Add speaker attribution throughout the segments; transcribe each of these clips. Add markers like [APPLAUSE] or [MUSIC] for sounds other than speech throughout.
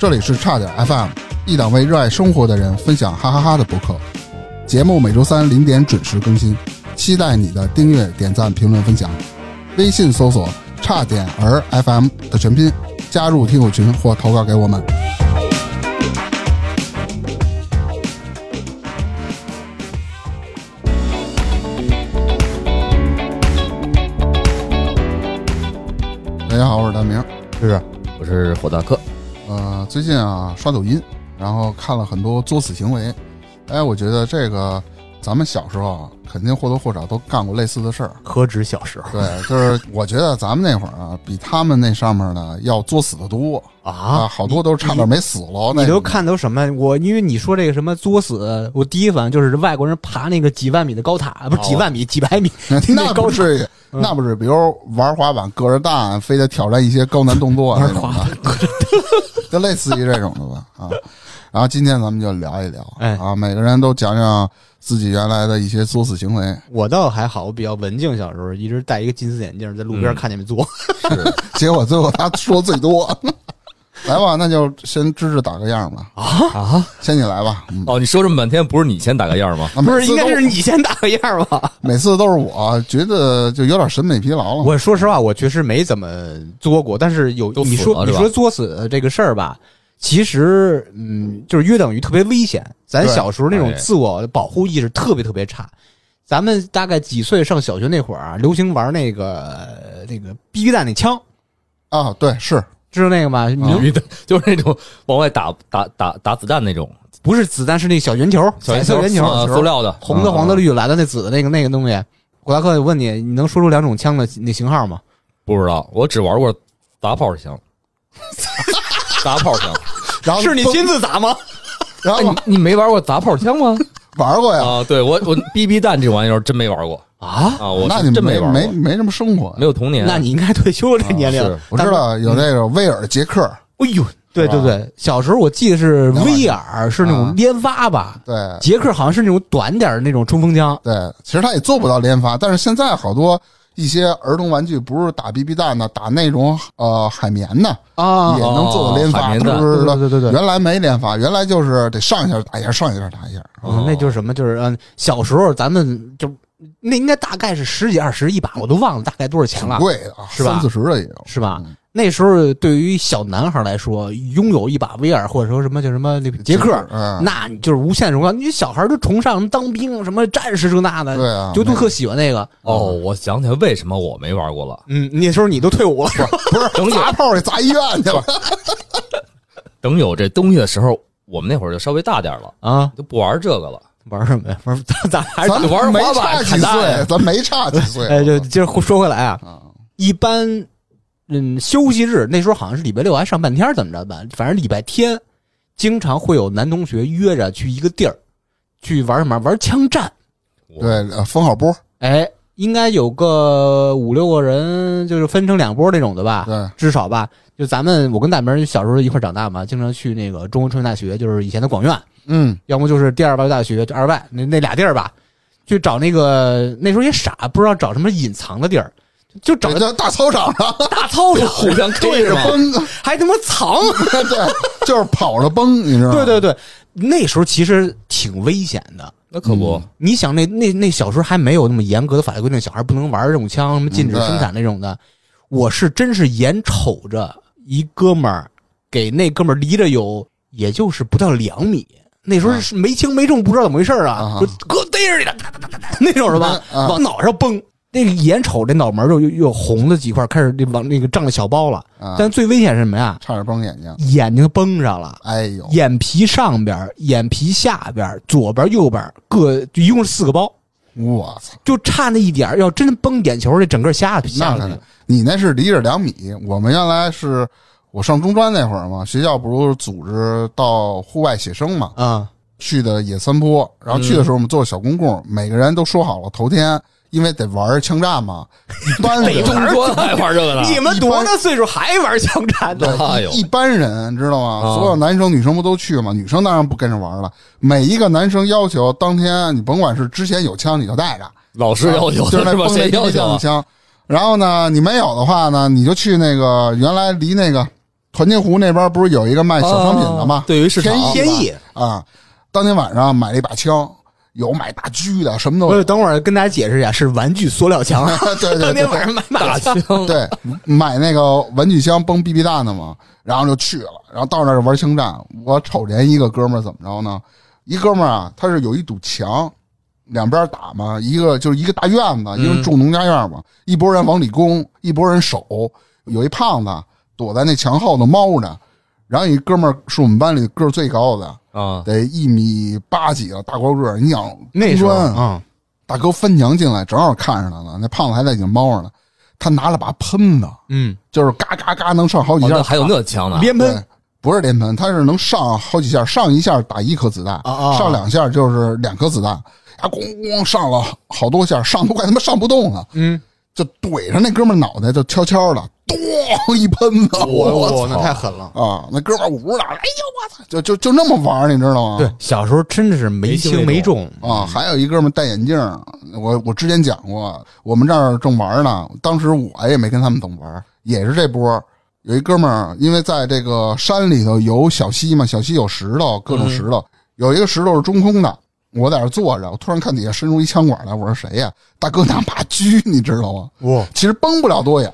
Speaker 1: 这里是差点 FM，一档为热爱生活的人分享哈哈哈的博客。节目每周三零点准时更新，期待你的订阅、点赞、评论、分享。微信搜索“差点儿 FM” 的全拼，加入听友群或投稿给我们。大家好，我是大明。
Speaker 2: 是啊，我是火大客。
Speaker 1: 呃，最近啊刷抖音，然后看了很多作死行为。哎，我觉得这个咱们小时候啊，肯定或多或少都干过类似的事儿。
Speaker 3: 何止小时 [LAUGHS] 候
Speaker 1: 对，就是我觉得咱们那会儿啊，比他们那上面呢要作死的多啊，
Speaker 3: 啊！
Speaker 1: 好多都差点没死了。那 [LAUGHS]
Speaker 3: 你都看都什么？我因为你说这个什么作死，我第一反应就是外国人爬那个几万米的高塔，不是几万米，几百米，
Speaker 1: 那不至于，
Speaker 3: 嗯
Speaker 1: 那不至于。比如玩滑板个儿大，非得挑战一些高难动作啊那种 [LAUGHS] 的，就类似于这种的吧啊。然后今天咱们就聊一聊，
Speaker 3: 哎
Speaker 1: 啊，每个人都讲讲自己原来的一些作死行为。
Speaker 3: 我倒还好，我比较文静，小时候一直戴一个金丝眼镜，在路边
Speaker 2: 嗯
Speaker 3: 看见没作。
Speaker 1: [LAUGHS] 结果最后他说最多，来吧，那就先芝芝打个样吧。啊啊，先你来吧。嗯，
Speaker 2: 哦，你说这么半天，不是你先打个样吗？
Speaker 1: 啊
Speaker 3: 不
Speaker 1: 每
Speaker 3: [LAUGHS] 是，
Speaker 1: 次
Speaker 3: 应该
Speaker 1: 都
Speaker 3: 是你先打个样吧？
Speaker 1: 每次都是我觉得就有点审美疲劳了。
Speaker 3: 我说实话，我确实没怎么作过，但是有
Speaker 2: 都死
Speaker 3: 你说
Speaker 2: 了
Speaker 3: 你
Speaker 2: 是吧
Speaker 3: 说作死这个事儿吧，其实嗯，就是约等于特别危险。咱
Speaker 1: 对
Speaker 3: 小时候那种
Speaker 2: 哎
Speaker 3: 自我保护意识特别特别差。咱们大概几岁上小学那会儿啊，流行玩那个那个 BB 弹那枪，
Speaker 1: 啊，对，是
Speaker 3: 知道那个吗？你能
Speaker 2: 鱼的， [LAUGHS] 就是那种往外打打打打子弹那种
Speaker 3: 不是子弹，是那小圆球，
Speaker 2: 小
Speaker 3: 彩色圆球，
Speaker 2: 啊塑料的。
Speaker 3: 红的、黄的、绿的、蓝的那紫的那个那个东西。古达克，我问你，你能说出两种枪的那型号吗？
Speaker 2: 不知道，我只玩过砸炮枪，砸炮枪。
Speaker 1: 然后
Speaker 3: 是你
Speaker 1: 都
Speaker 3: 亲自砸吗？
Speaker 1: 然
Speaker 2: 哎
Speaker 1: 后
Speaker 2: 你你没玩过砸炮枪吗？
Speaker 1: 玩过呀？
Speaker 2: 啊，对我我 BB 弹这玩意儿真没玩过
Speaker 3: 啊，
Speaker 2: 啊，我
Speaker 1: 那
Speaker 2: 是
Speaker 1: 你
Speaker 2: 真
Speaker 1: 没
Speaker 2: 玩
Speaker 1: 没
Speaker 2: 过，
Speaker 1: 没什么生活
Speaker 2: 没。有童年。
Speaker 3: 那你应该退休了这年龄。
Speaker 2: 哎是
Speaker 1: 啊我知道有那个威尔杰克，
Speaker 3: 哎呦，对
Speaker 1: 是吧
Speaker 3: 对对，小时候我记得是
Speaker 1: 两把
Speaker 3: 威尔是那
Speaker 1: 啊
Speaker 3: 种连发吧，
Speaker 1: 对
Speaker 3: 杰克好像是那种短点儿那种冲锋枪，
Speaker 1: 对，其实他也做不到连发，但是现在好多。一些儿童玩具不是打 BB 弹的，打那种呃海绵的
Speaker 3: 啊
Speaker 1: 也能做到连
Speaker 2: 哦
Speaker 1: 发，
Speaker 2: 海
Speaker 1: 是
Speaker 2: 绵弹
Speaker 1: 不是？
Speaker 3: 对对对对对
Speaker 1: 原来没连发，原来就是得上一下打一下，上一下打一下。
Speaker 2: 哦
Speaker 3: 那就是什么，就是嗯，小时候咱们就那应该大概是十几二十一把，我都忘了大概多少钱
Speaker 1: 挺
Speaker 3: 了，
Speaker 1: 贵的啊，
Speaker 3: 是吧
Speaker 1: 三四十的也有。
Speaker 3: 是吧
Speaker 1: 嗯？
Speaker 3: 那时候对于小男孩来说，拥有一把威尔或者说什么叫什么那杰克，
Speaker 1: 嗯，
Speaker 3: 那你就是无限荣耀。你小孩都崇尚当兵什么战士这那的，
Speaker 1: 对啊，
Speaker 3: 就都
Speaker 1: 那
Speaker 3: 特喜欢那个。
Speaker 2: 哦，我想起来为什么我没玩过
Speaker 3: [LAUGHS]
Speaker 2: 了。
Speaker 3: 嗯，那时候你都退伍了，
Speaker 2: 不是等有
Speaker 1: 砸炮去砸医院
Speaker 3: [LAUGHS]
Speaker 1: 去了。
Speaker 2: 等有这东西的时候，我们那会儿就稍微大点了，
Speaker 3: 啊？
Speaker 2: 就不玩这个了。
Speaker 3: 玩什么呀？哎玩 [LAUGHS] 咱咱还是
Speaker 1: 咱
Speaker 2: 玩
Speaker 1: 没
Speaker 2: 滑
Speaker 1: 差
Speaker 2: 板
Speaker 1: 几
Speaker 2: 砍大
Speaker 1: 岁，
Speaker 2: 爷
Speaker 1: 咱没差几岁。
Speaker 3: [LAUGHS] 哎，就接着说回来啊，
Speaker 1: 啊，
Speaker 3: 一般嗯休息日那时候好像是礼拜六还上半天儿怎么着吧，反正礼拜天经常会有男同学约着去一个地儿去玩什么玩枪战，
Speaker 2: 我
Speaker 1: 对，呃封好波，
Speaker 3: 哎，应该有个五六个人，就是分成两波那种的吧，
Speaker 1: 对，
Speaker 3: 至少吧。就咱们我跟大明小时候一块儿长大嘛，经常去那个中国传媒大学，就是以前的广院，
Speaker 1: 嗯，
Speaker 3: 要么就是第二外国大学，就二外那那俩地儿吧，去找那个那时候也傻，不知道找什么隐藏的地儿，就找
Speaker 1: 这
Speaker 3: 个
Speaker 1: 叫大操场啊上
Speaker 3: 大
Speaker 1: [LAUGHS]
Speaker 3: 操场，
Speaker 2: 互相 K
Speaker 1: 对
Speaker 2: 是
Speaker 1: 着
Speaker 2: 吗？
Speaker 1: 崩，
Speaker 3: 还他妈藏。
Speaker 1: [LAUGHS] 对，就是跑着崩，你知道吗？
Speaker 3: 对对对，那时候其实挺危险的。
Speaker 2: [LAUGHS] 那可不，
Speaker 3: 你想那那那小时候还没有那么严格的法律规定，小孩不能玩这种枪，什么禁止
Speaker 1: 嗯对
Speaker 3: 生产那种的。我是真是眼瞅着一哥们儿给那哥们儿离着有，也就是不到两米。那时
Speaker 1: 嗯
Speaker 3: 候是没轻没重，不知道怎么回事儿啊
Speaker 1: 啊，
Speaker 3: 说哥逮着你了，哒哒哒哒哒那种是吧？
Speaker 1: 嗯啊
Speaker 3: 往脑上崩，那个眼瞅这脑门儿就又又红了几块，开始那往那个胀着小包了。
Speaker 1: 啊，
Speaker 3: 但最危险是什么呀？
Speaker 1: 差点崩眼睛。
Speaker 3: 眼睛崩上了。
Speaker 1: 哎呦，
Speaker 3: 眼皮上边儿、眼皮下边儿、左边儿、右边儿各就一共是四个包，
Speaker 1: 我操，
Speaker 3: 就差那一点儿，要真崩眼球，这整个瞎瞎
Speaker 1: 那
Speaker 3: 了
Speaker 1: 可
Speaker 3: 去
Speaker 1: 能你那是离着两米，我们原来是。我上中专那会儿嘛，学校不是组织到户外写生嘛，
Speaker 3: 啊！
Speaker 1: 去的野三坡，然后去的时候我们坐小公共，每个人都说好了头天，因为得玩枪战
Speaker 2: [LAUGHS]
Speaker 1: 嘛，一般人
Speaker 2: 北中专还玩这个呢？
Speaker 3: 你们多大岁数还玩枪战呢？
Speaker 2: [LAUGHS] 哎呦
Speaker 1: 一，般人知道吗？
Speaker 2: 啊
Speaker 1: 所有男生女生不都去吗？女生当然不跟着玩了。每一个男生要求当天你甭管是之前有枪你就带着，
Speaker 2: 老师要求
Speaker 1: 就是
Speaker 2: 的
Speaker 1: 那
Speaker 2: 是吧？
Speaker 1: 崩那
Speaker 2: 谁要
Speaker 1: 地
Speaker 2: 求
Speaker 1: 上的
Speaker 2: 啊？
Speaker 1: 枪。然后呢，你没有的话呢，你就去那个原来离那个团结湖那边不是有一个卖小商品的
Speaker 3: 哦
Speaker 1: 吗？
Speaker 2: 啊对于市场
Speaker 1: 天意吧
Speaker 3: 天意，
Speaker 1: 啊，当天晚上买了一把枪，有买大狙的，什么都
Speaker 3: 我
Speaker 1: 有。
Speaker 3: 等会儿跟大家解释一下，是玩具塑料啊枪。
Speaker 1: [LAUGHS] 对对
Speaker 3: 当 [LAUGHS] 天
Speaker 1: 对
Speaker 2: 啊
Speaker 3: 晚上买大枪，
Speaker 1: 对，买那个玩具枪崩 BB 弹的嘛，然后就去了，然后到那儿玩枪战。我瞅见一个哥们儿怎么着呢？一哥们儿啊，他是有一堵墙，两边打嘛，一个就是一个大院子，
Speaker 3: 嗯
Speaker 1: 因为住农家院嘛，一拨人往里攻，一拨人守。有一胖子躲在那墙后头猫着，然后一哥们儿是我们班里个儿最高的，
Speaker 2: 啊，
Speaker 1: 得一米八几了，大高个儿。你想
Speaker 3: 那时候
Speaker 1: 中专
Speaker 3: 啊，
Speaker 1: 大哥翻墙进来，正好看上他了，那胖子还在已经猫着呢，他拿了把喷子。
Speaker 3: 嗯，
Speaker 1: 就是嘎嘎嘎能上好几
Speaker 2: 哦
Speaker 1: 下，
Speaker 2: 那还有那枪呢，
Speaker 3: 连
Speaker 1: 啊对
Speaker 3: 喷，
Speaker 1: 不是连喷，它是能上好几下，上一下打一颗子弹，
Speaker 3: 啊
Speaker 1: 上两下就是两颗子弹，啊，咣咣上了好多下，上都快他妈上不动了，
Speaker 3: 嗯，
Speaker 1: 就怼着那哥们儿脑袋，就悄悄的，咣一喷子，
Speaker 3: 哦我
Speaker 1: 操
Speaker 3: 我那太狠了。
Speaker 1: 啊，那哥们儿捂着脑袋，哎呦我操，就就就那么玩儿，你知道吗？
Speaker 3: 对，小时候真的是没轻没重，
Speaker 1: 啊，还有一哥们儿戴眼镜儿，我我之前讲过，我们这儿正玩儿呢，当时我也没跟他们怎么玩儿，也是这波儿。有一哥们儿，因为在这个山里头有小溪嘛，小溪有石头，各种石头，有一个石头是中空的。我在那儿坐着，我突然看底下伸出一枪管来，我说谁呀、大哥拿把狙，你知道吗？
Speaker 3: 哇，
Speaker 1: 其实崩不了多远，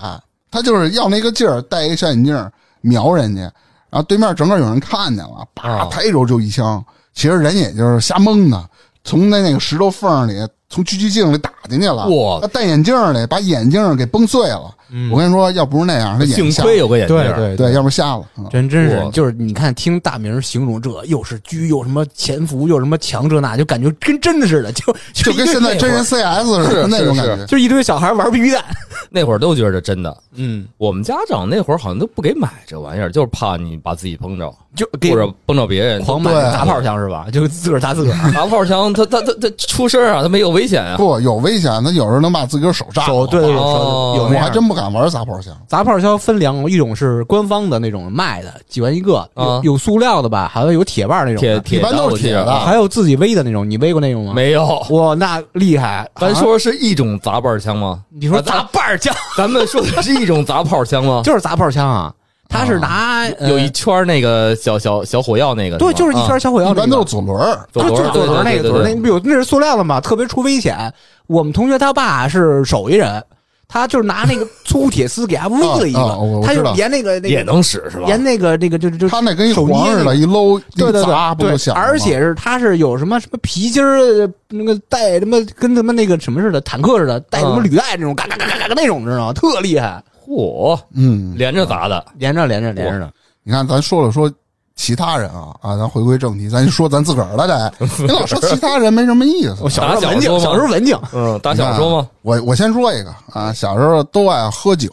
Speaker 1: 他就是要那个劲儿，戴一个小眼镜儿瞄人家，然后对面正好有人看见了，啪
Speaker 2: 啊
Speaker 1: 抬手就一枪。其实人也就是瞎蒙的，从那那个石头缝里，从狙击镜里打进去了。
Speaker 2: 哇嗯
Speaker 1: 他戴眼镜儿里把眼镜儿给崩碎了。我跟你说，要不是那样，他眼睛
Speaker 2: 幸
Speaker 1: 瞎了
Speaker 2: 亏有个眼镜儿，
Speaker 1: 对，要不然瞎了。嗯
Speaker 3: 真真是
Speaker 2: 哇
Speaker 3: 就是你看听大明形容这又是狙又什么潜伏又什么强这那，就感觉跟真的似的，就
Speaker 1: [LAUGHS] 就
Speaker 3: 就
Speaker 1: 跟现在真人 CS 似的
Speaker 2: [LAUGHS] 是
Speaker 1: 那种感
Speaker 2: 是
Speaker 1: 觉
Speaker 3: 就一堆小孩玩 BB 弹，
Speaker 2: 那会儿都觉得真的。
Speaker 3: 嗯，
Speaker 2: 我们家长那会儿好像都不给买这玩意儿，就是怕你把自己崩着，
Speaker 3: 就给
Speaker 2: 或者崩着别人。
Speaker 3: 狂买
Speaker 1: 对
Speaker 3: 打炮枪是吧？就自个儿打自个
Speaker 1: [LAUGHS]
Speaker 3: 儿，
Speaker 2: 拿炮枪，他他他他出声啊，他没有危险啊。
Speaker 1: 不有危险，他有人能把自个儿手炸
Speaker 3: 手
Speaker 1: 了。
Speaker 3: 对对对，手
Speaker 2: 哦
Speaker 3: 有
Speaker 1: 我
Speaker 3: 那
Speaker 1: 还
Speaker 3: 样
Speaker 1: 真不敢玩砸炮枪。
Speaker 3: 砸炮枪分两种，一种是官方的那种卖的，几元一个，
Speaker 2: 啊
Speaker 3: 有有塑料的吧，还有有铁棒那种
Speaker 2: 铁
Speaker 3: 的，
Speaker 2: 铁
Speaker 1: 一般都是
Speaker 2: 我记
Speaker 1: 铁
Speaker 2: 着
Speaker 1: 的
Speaker 2: 啊
Speaker 3: 还有自己微的那种，你微过那种吗？，啊
Speaker 2: 没有。
Speaker 3: 哇，那厉害！
Speaker 2: 咱
Speaker 3: 啊
Speaker 2: 说是一种砸把枪吗？
Speaker 3: 你说
Speaker 2: 啊
Speaker 3: 砸
Speaker 2: 咱
Speaker 3: 把枪
Speaker 2: 咱们说的是一种砸炮枪吗？
Speaker 3: 就是砸炮枪啊，他是拿
Speaker 2: 有一
Speaker 3: 呃
Speaker 2: 圈儿那个小小小火药那个吗，
Speaker 3: 对，就是一圈小火药
Speaker 1: 啊一
Speaker 3: 那个，
Speaker 1: 般都是左轮儿，
Speaker 2: 左
Speaker 3: 就
Speaker 2: 轮
Speaker 3: 就
Speaker 2: 儿
Speaker 3: 是左轮儿那
Speaker 2: 对
Speaker 3: 个
Speaker 2: 对对
Speaker 3: 左轮儿那
Speaker 2: 对
Speaker 3: 个，有那是塑料的嘛，特别出危险。我们同学他爸是手艺人，他就是拿那个粗铁丝给他喂了一
Speaker 1: 啊啊我
Speaker 3: 个，
Speaker 1: 我
Speaker 3: 他
Speaker 1: 知
Speaker 3: 就
Speaker 1: 道
Speaker 3: 沿那个那
Speaker 2: 也
Speaker 3: 个
Speaker 2: 能使是吧？
Speaker 3: 沿那个那个就是就
Speaker 1: 他那跟一
Speaker 3: 手
Speaker 1: 黄
Speaker 3: 捏
Speaker 1: 似
Speaker 3: 那
Speaker 1: 的，
Speaker 3: 个
Speaker 1: 一搂
Speaker 3: 对
Speaker 1: 一
Speaker 3: 对
Speaker 1: 砸
Speaker 3: 对，
Speaker 1: 不就响了吗？
Speaker 3: 而且是它是有什么什么皮筋儿，呃那个带什么跟他们那个什么似的坦克似的，带什么
Speaker 2: 嗯
Speaker 3: 履带那种，嘎嘎嘎嘎嘎嘎那种，你知道吗？特厉害，
Speaker 2: 嚯，
Speaker 1: 嗯，
Speaker 2: 连着砸的，
Speaker 3: 连着连着连着的。
Speaker 1: 你看，咱说了说其他人啊啊，咱回归正题，咱就说咱自个儿了
Speaker 3: [LAUGHS]
Speaker 1: 得。你老说其他人没什么意思。
Speaker 3: 我小时候文
Speaker 2: 打小
Speaker 3: 静，
Speaker 2: 说吗
Speaker 3: 小时候文静，
Speaker 2: 嗯，打
Speaker 1: 你看
Speaker 2: 小
Speaker 1: 啊
Speaker 2: 说吗？
Speaker 1: 我我先说一个啊，小时候都爱喝酒，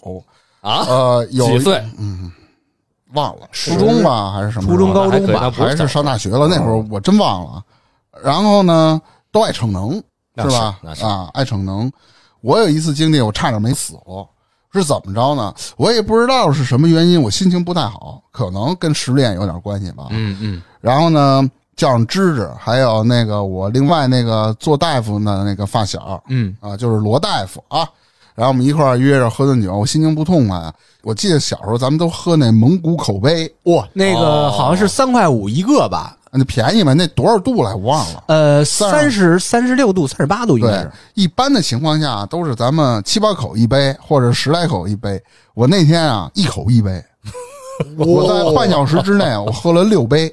Speaker 2: 啊，
Speaker 3: [LAUGHS]
Speaker 1: 呃，有
Speaker 2: 几岁？
Speaker 1: 忘了，初中吧还是什么时候？
Speaker 3: 初中高中
Speaker 2: 那还
Speaker 3: 吧
Speaker 2: 可以
Speaker 1: 还是上大学了？那会
Speaker 2: 哦
Speaker 1: 儿我真忘了。然后呢，都爱逞能，
Speaker 2: 那是
Speaker 1: 吧
Speaker 2: 那？是
Speaker 1: 啊，爱逞能。我有一次经历，我差点没死了。是怎么着呢？我也不知道是什么原因，我心情不太好，可能跟失恋有点关系吧。
Speaker 2: 嗯嗯，
Speaker 1: 然后呢，叫上芝芝，还有那个我另外那个做大夫的那个发小，
Speaker 3: 嗯
Speaker 1: 啊，就是罗大夫啊。然后我们一块儿约着喝顿酒，我心情不痛快啊。我记得小时候咱们都喝那蒙古口杯，
Speaker 3: 哇，那个
Speaker 2: 哦
Speaker 3: 好像是三块五一个吧，
Speaker 1: 那便宜嘛，那多少度来我忘了。
Speaker 3: 呃，
Speaker 1: 三
Speaker 3: 三十三十六度、三十八度应该
Speaker 1: 对
Speaker 3: 是。，
Speaker 1: 一般的情况下都是咱们七八口一杯，或者十来口一杯。我那天啊，一口一杯，我在半小时之内我喝了六杯，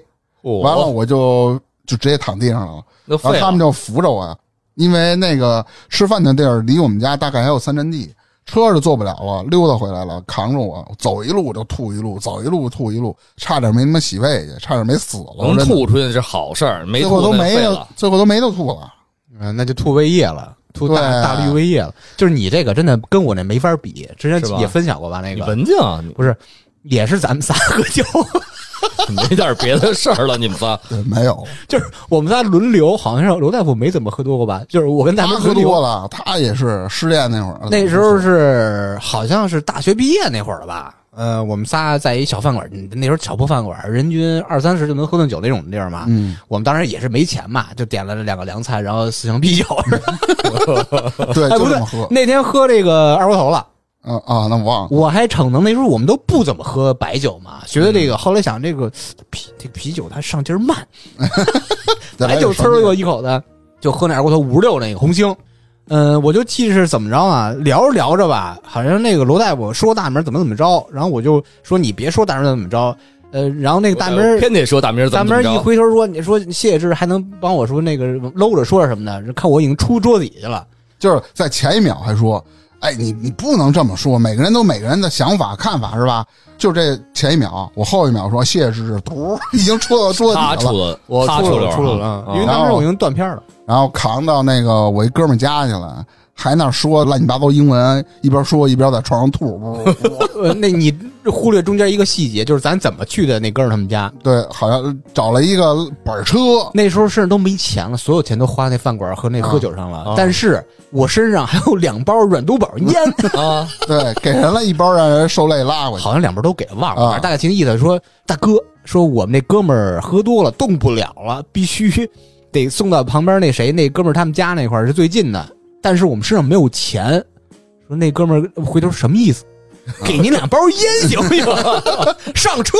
Speaker 1: 完了
Speaker 2: 嚯，
Speaker 1: 我就就直接躺地上了。
Speaker 2: 那
Speaker 1: 然后
Speaker 2: 废
Speaker 1: 他们
Speaker 2: 了，
Speaker 1: 就扶着我呀，因为那个吃饭的地儿离我们家大概还有三站地，车是坐不了了，溜达回来了，扛着我走一路就吐一路，走一路吐一路，差点没他妈洗胃去，差点没死了，
Speaker 2: 能
Speaker 1: 真的，
Speaker 2: 吐出去是好事儿，没
Speaker 1: 最后
Speaker 2: 吐
Speaker 1: 都
Speaker 2: 那
Speaker 1: 没
Speaker 2: 废
Speaker 1: 了
Speaker 2: 了，，
Speaker 1: 最后都没得吐了。
Speaker 3: 嗯，那就吐胃液了，吐大
Speaker 1: 对
Speaker 3: 大绿胃液了。就是你这个真的跟我那没法比，之
Speaker 2: 是
Speaker 3: 前
Speaker 2: 吧
Speaker 3: 也分享过吧？那
Speaker 2: 你
Speaker 3: 个
Speaker 2: 文静啊，你
Speaker 3: 不是，也是咱们仨喝酒。 [LAUGHS]
Speaker 2: 你没点别的事儿了，你们仨
Speaker 1: 对，没有，
Speaker 3: 就是我们仨轮流，好像是罗大夫没怎么喝多过吧？就是我跟大
Speaker 1: 他
Speaker 3: 明
Speaker 1: 喝
Speaker 3: 轮流
Speaker 1: 多了，他也是失恋那会儿，
Speaker 3: 那时候是好像是大学毕业那会儿了吧？呃，我们仨在一小饭馆，那时候小破饭馆，人均二三十就能喝顿酒那种地儿嘛。
Speaker 1: 嗯，
Speaker 3: 我们当时也是没钱嘛，就点了两个凉菜，然后四箱啤酒。
Speaker 1: 嗯对，就这
Speaker 3: 哎，不对
Speaker 1: 么喝，，
Speaker 3: 那天喝这个二锅头了，
Speaker 1: 啊啊，那我忘了，
Speaker 3: 我还逞能，那时候我们都不怎么喝白酒嘛，学的这个。后来想，这个啤这个啤酒它上劲儿慢，
Speaker 1: 再来
Speaker 3: 白
Speaker 1: 一
Speaker 3: 酒
Speaker 1: 个
Speaker 3: 呲儿我一口的，就喝那二锅头五十六那个红星。嗯，我就记是怎么着啊？聊着聊着吧，好像那个罗大夫说大明儿怎么怎么着，然后我就说你别说大明儿怎么怎么着，呃，然后那个大明儿
Speaker 2: 偏得说大明儿怎
Speaker 3: 大
Speaker 2: 么
Speaker 3: 明
Speaker 2: 怎么
Speaker 3: 儿一
Speaker 2: 着。
Speaker 3: 回头说，你说谢谢志还能帮我说那个搂着说点什么的，看我已经出桌底下了。
Speaker 1: 就是在前一秒还说，哎，你你不能这么说，每个人都每个人的想法看法是吧？就这前一秒，我后一秒说谢谢芝芝，嘟，已经戳到桌子
Speaker 2: 他
Speaker 1: 底下了，
Speaker 2: 出
Speaker 3: 我
Speaker 2: 他
Speaker 3: 哦出
Speaker 2: 出
Speaker 3: 了出哦
Speaker 2: 溜
Speaker 3: 了
Speaker 2: 儿啊
Speaker 3: 因为
Speaker 2: 啊
Speaker 3: 当时我已经断片儿了。
Speaker 1: 然后扛到那个我一哥们家去了，还那说乱七八糟英文，一边说一边在床上吐。
Speaker 3: 呃，那你忽略中间一个细节，就是咱怎么去的那哥们儿他们家。
Speaker 1: 对，好像找了一个板车，
Speaker 3: 那时候甚至都没钱了，所有钱都花那饭馆和那喝酒上了。
Speaker 2: 啊啊
Speaker 3: 但是我身上还有两包软肚宝
Speaker 2: [LAUGHS]
Speaker 3: 烟，
Speaker 2: 啊，
Speaker 1: 对，给人了一包，让人受累拉回去。
Speaker 3: 好像两包都给了，忘了。
Speaker 1: 啊
Speaker 3: 反正大概情意思说，大哥说我们那哥们儿喝多了，动不了了，必须得送到旁边那谁那哥们儿他们家那块儿是最近的，但是我们身上没有钱。说那哥们儿回头什么
Speaker 2: [LAUGHS]
Speaker 3: 意思？给您两包烟行不 [LAUGHS] 行？上车。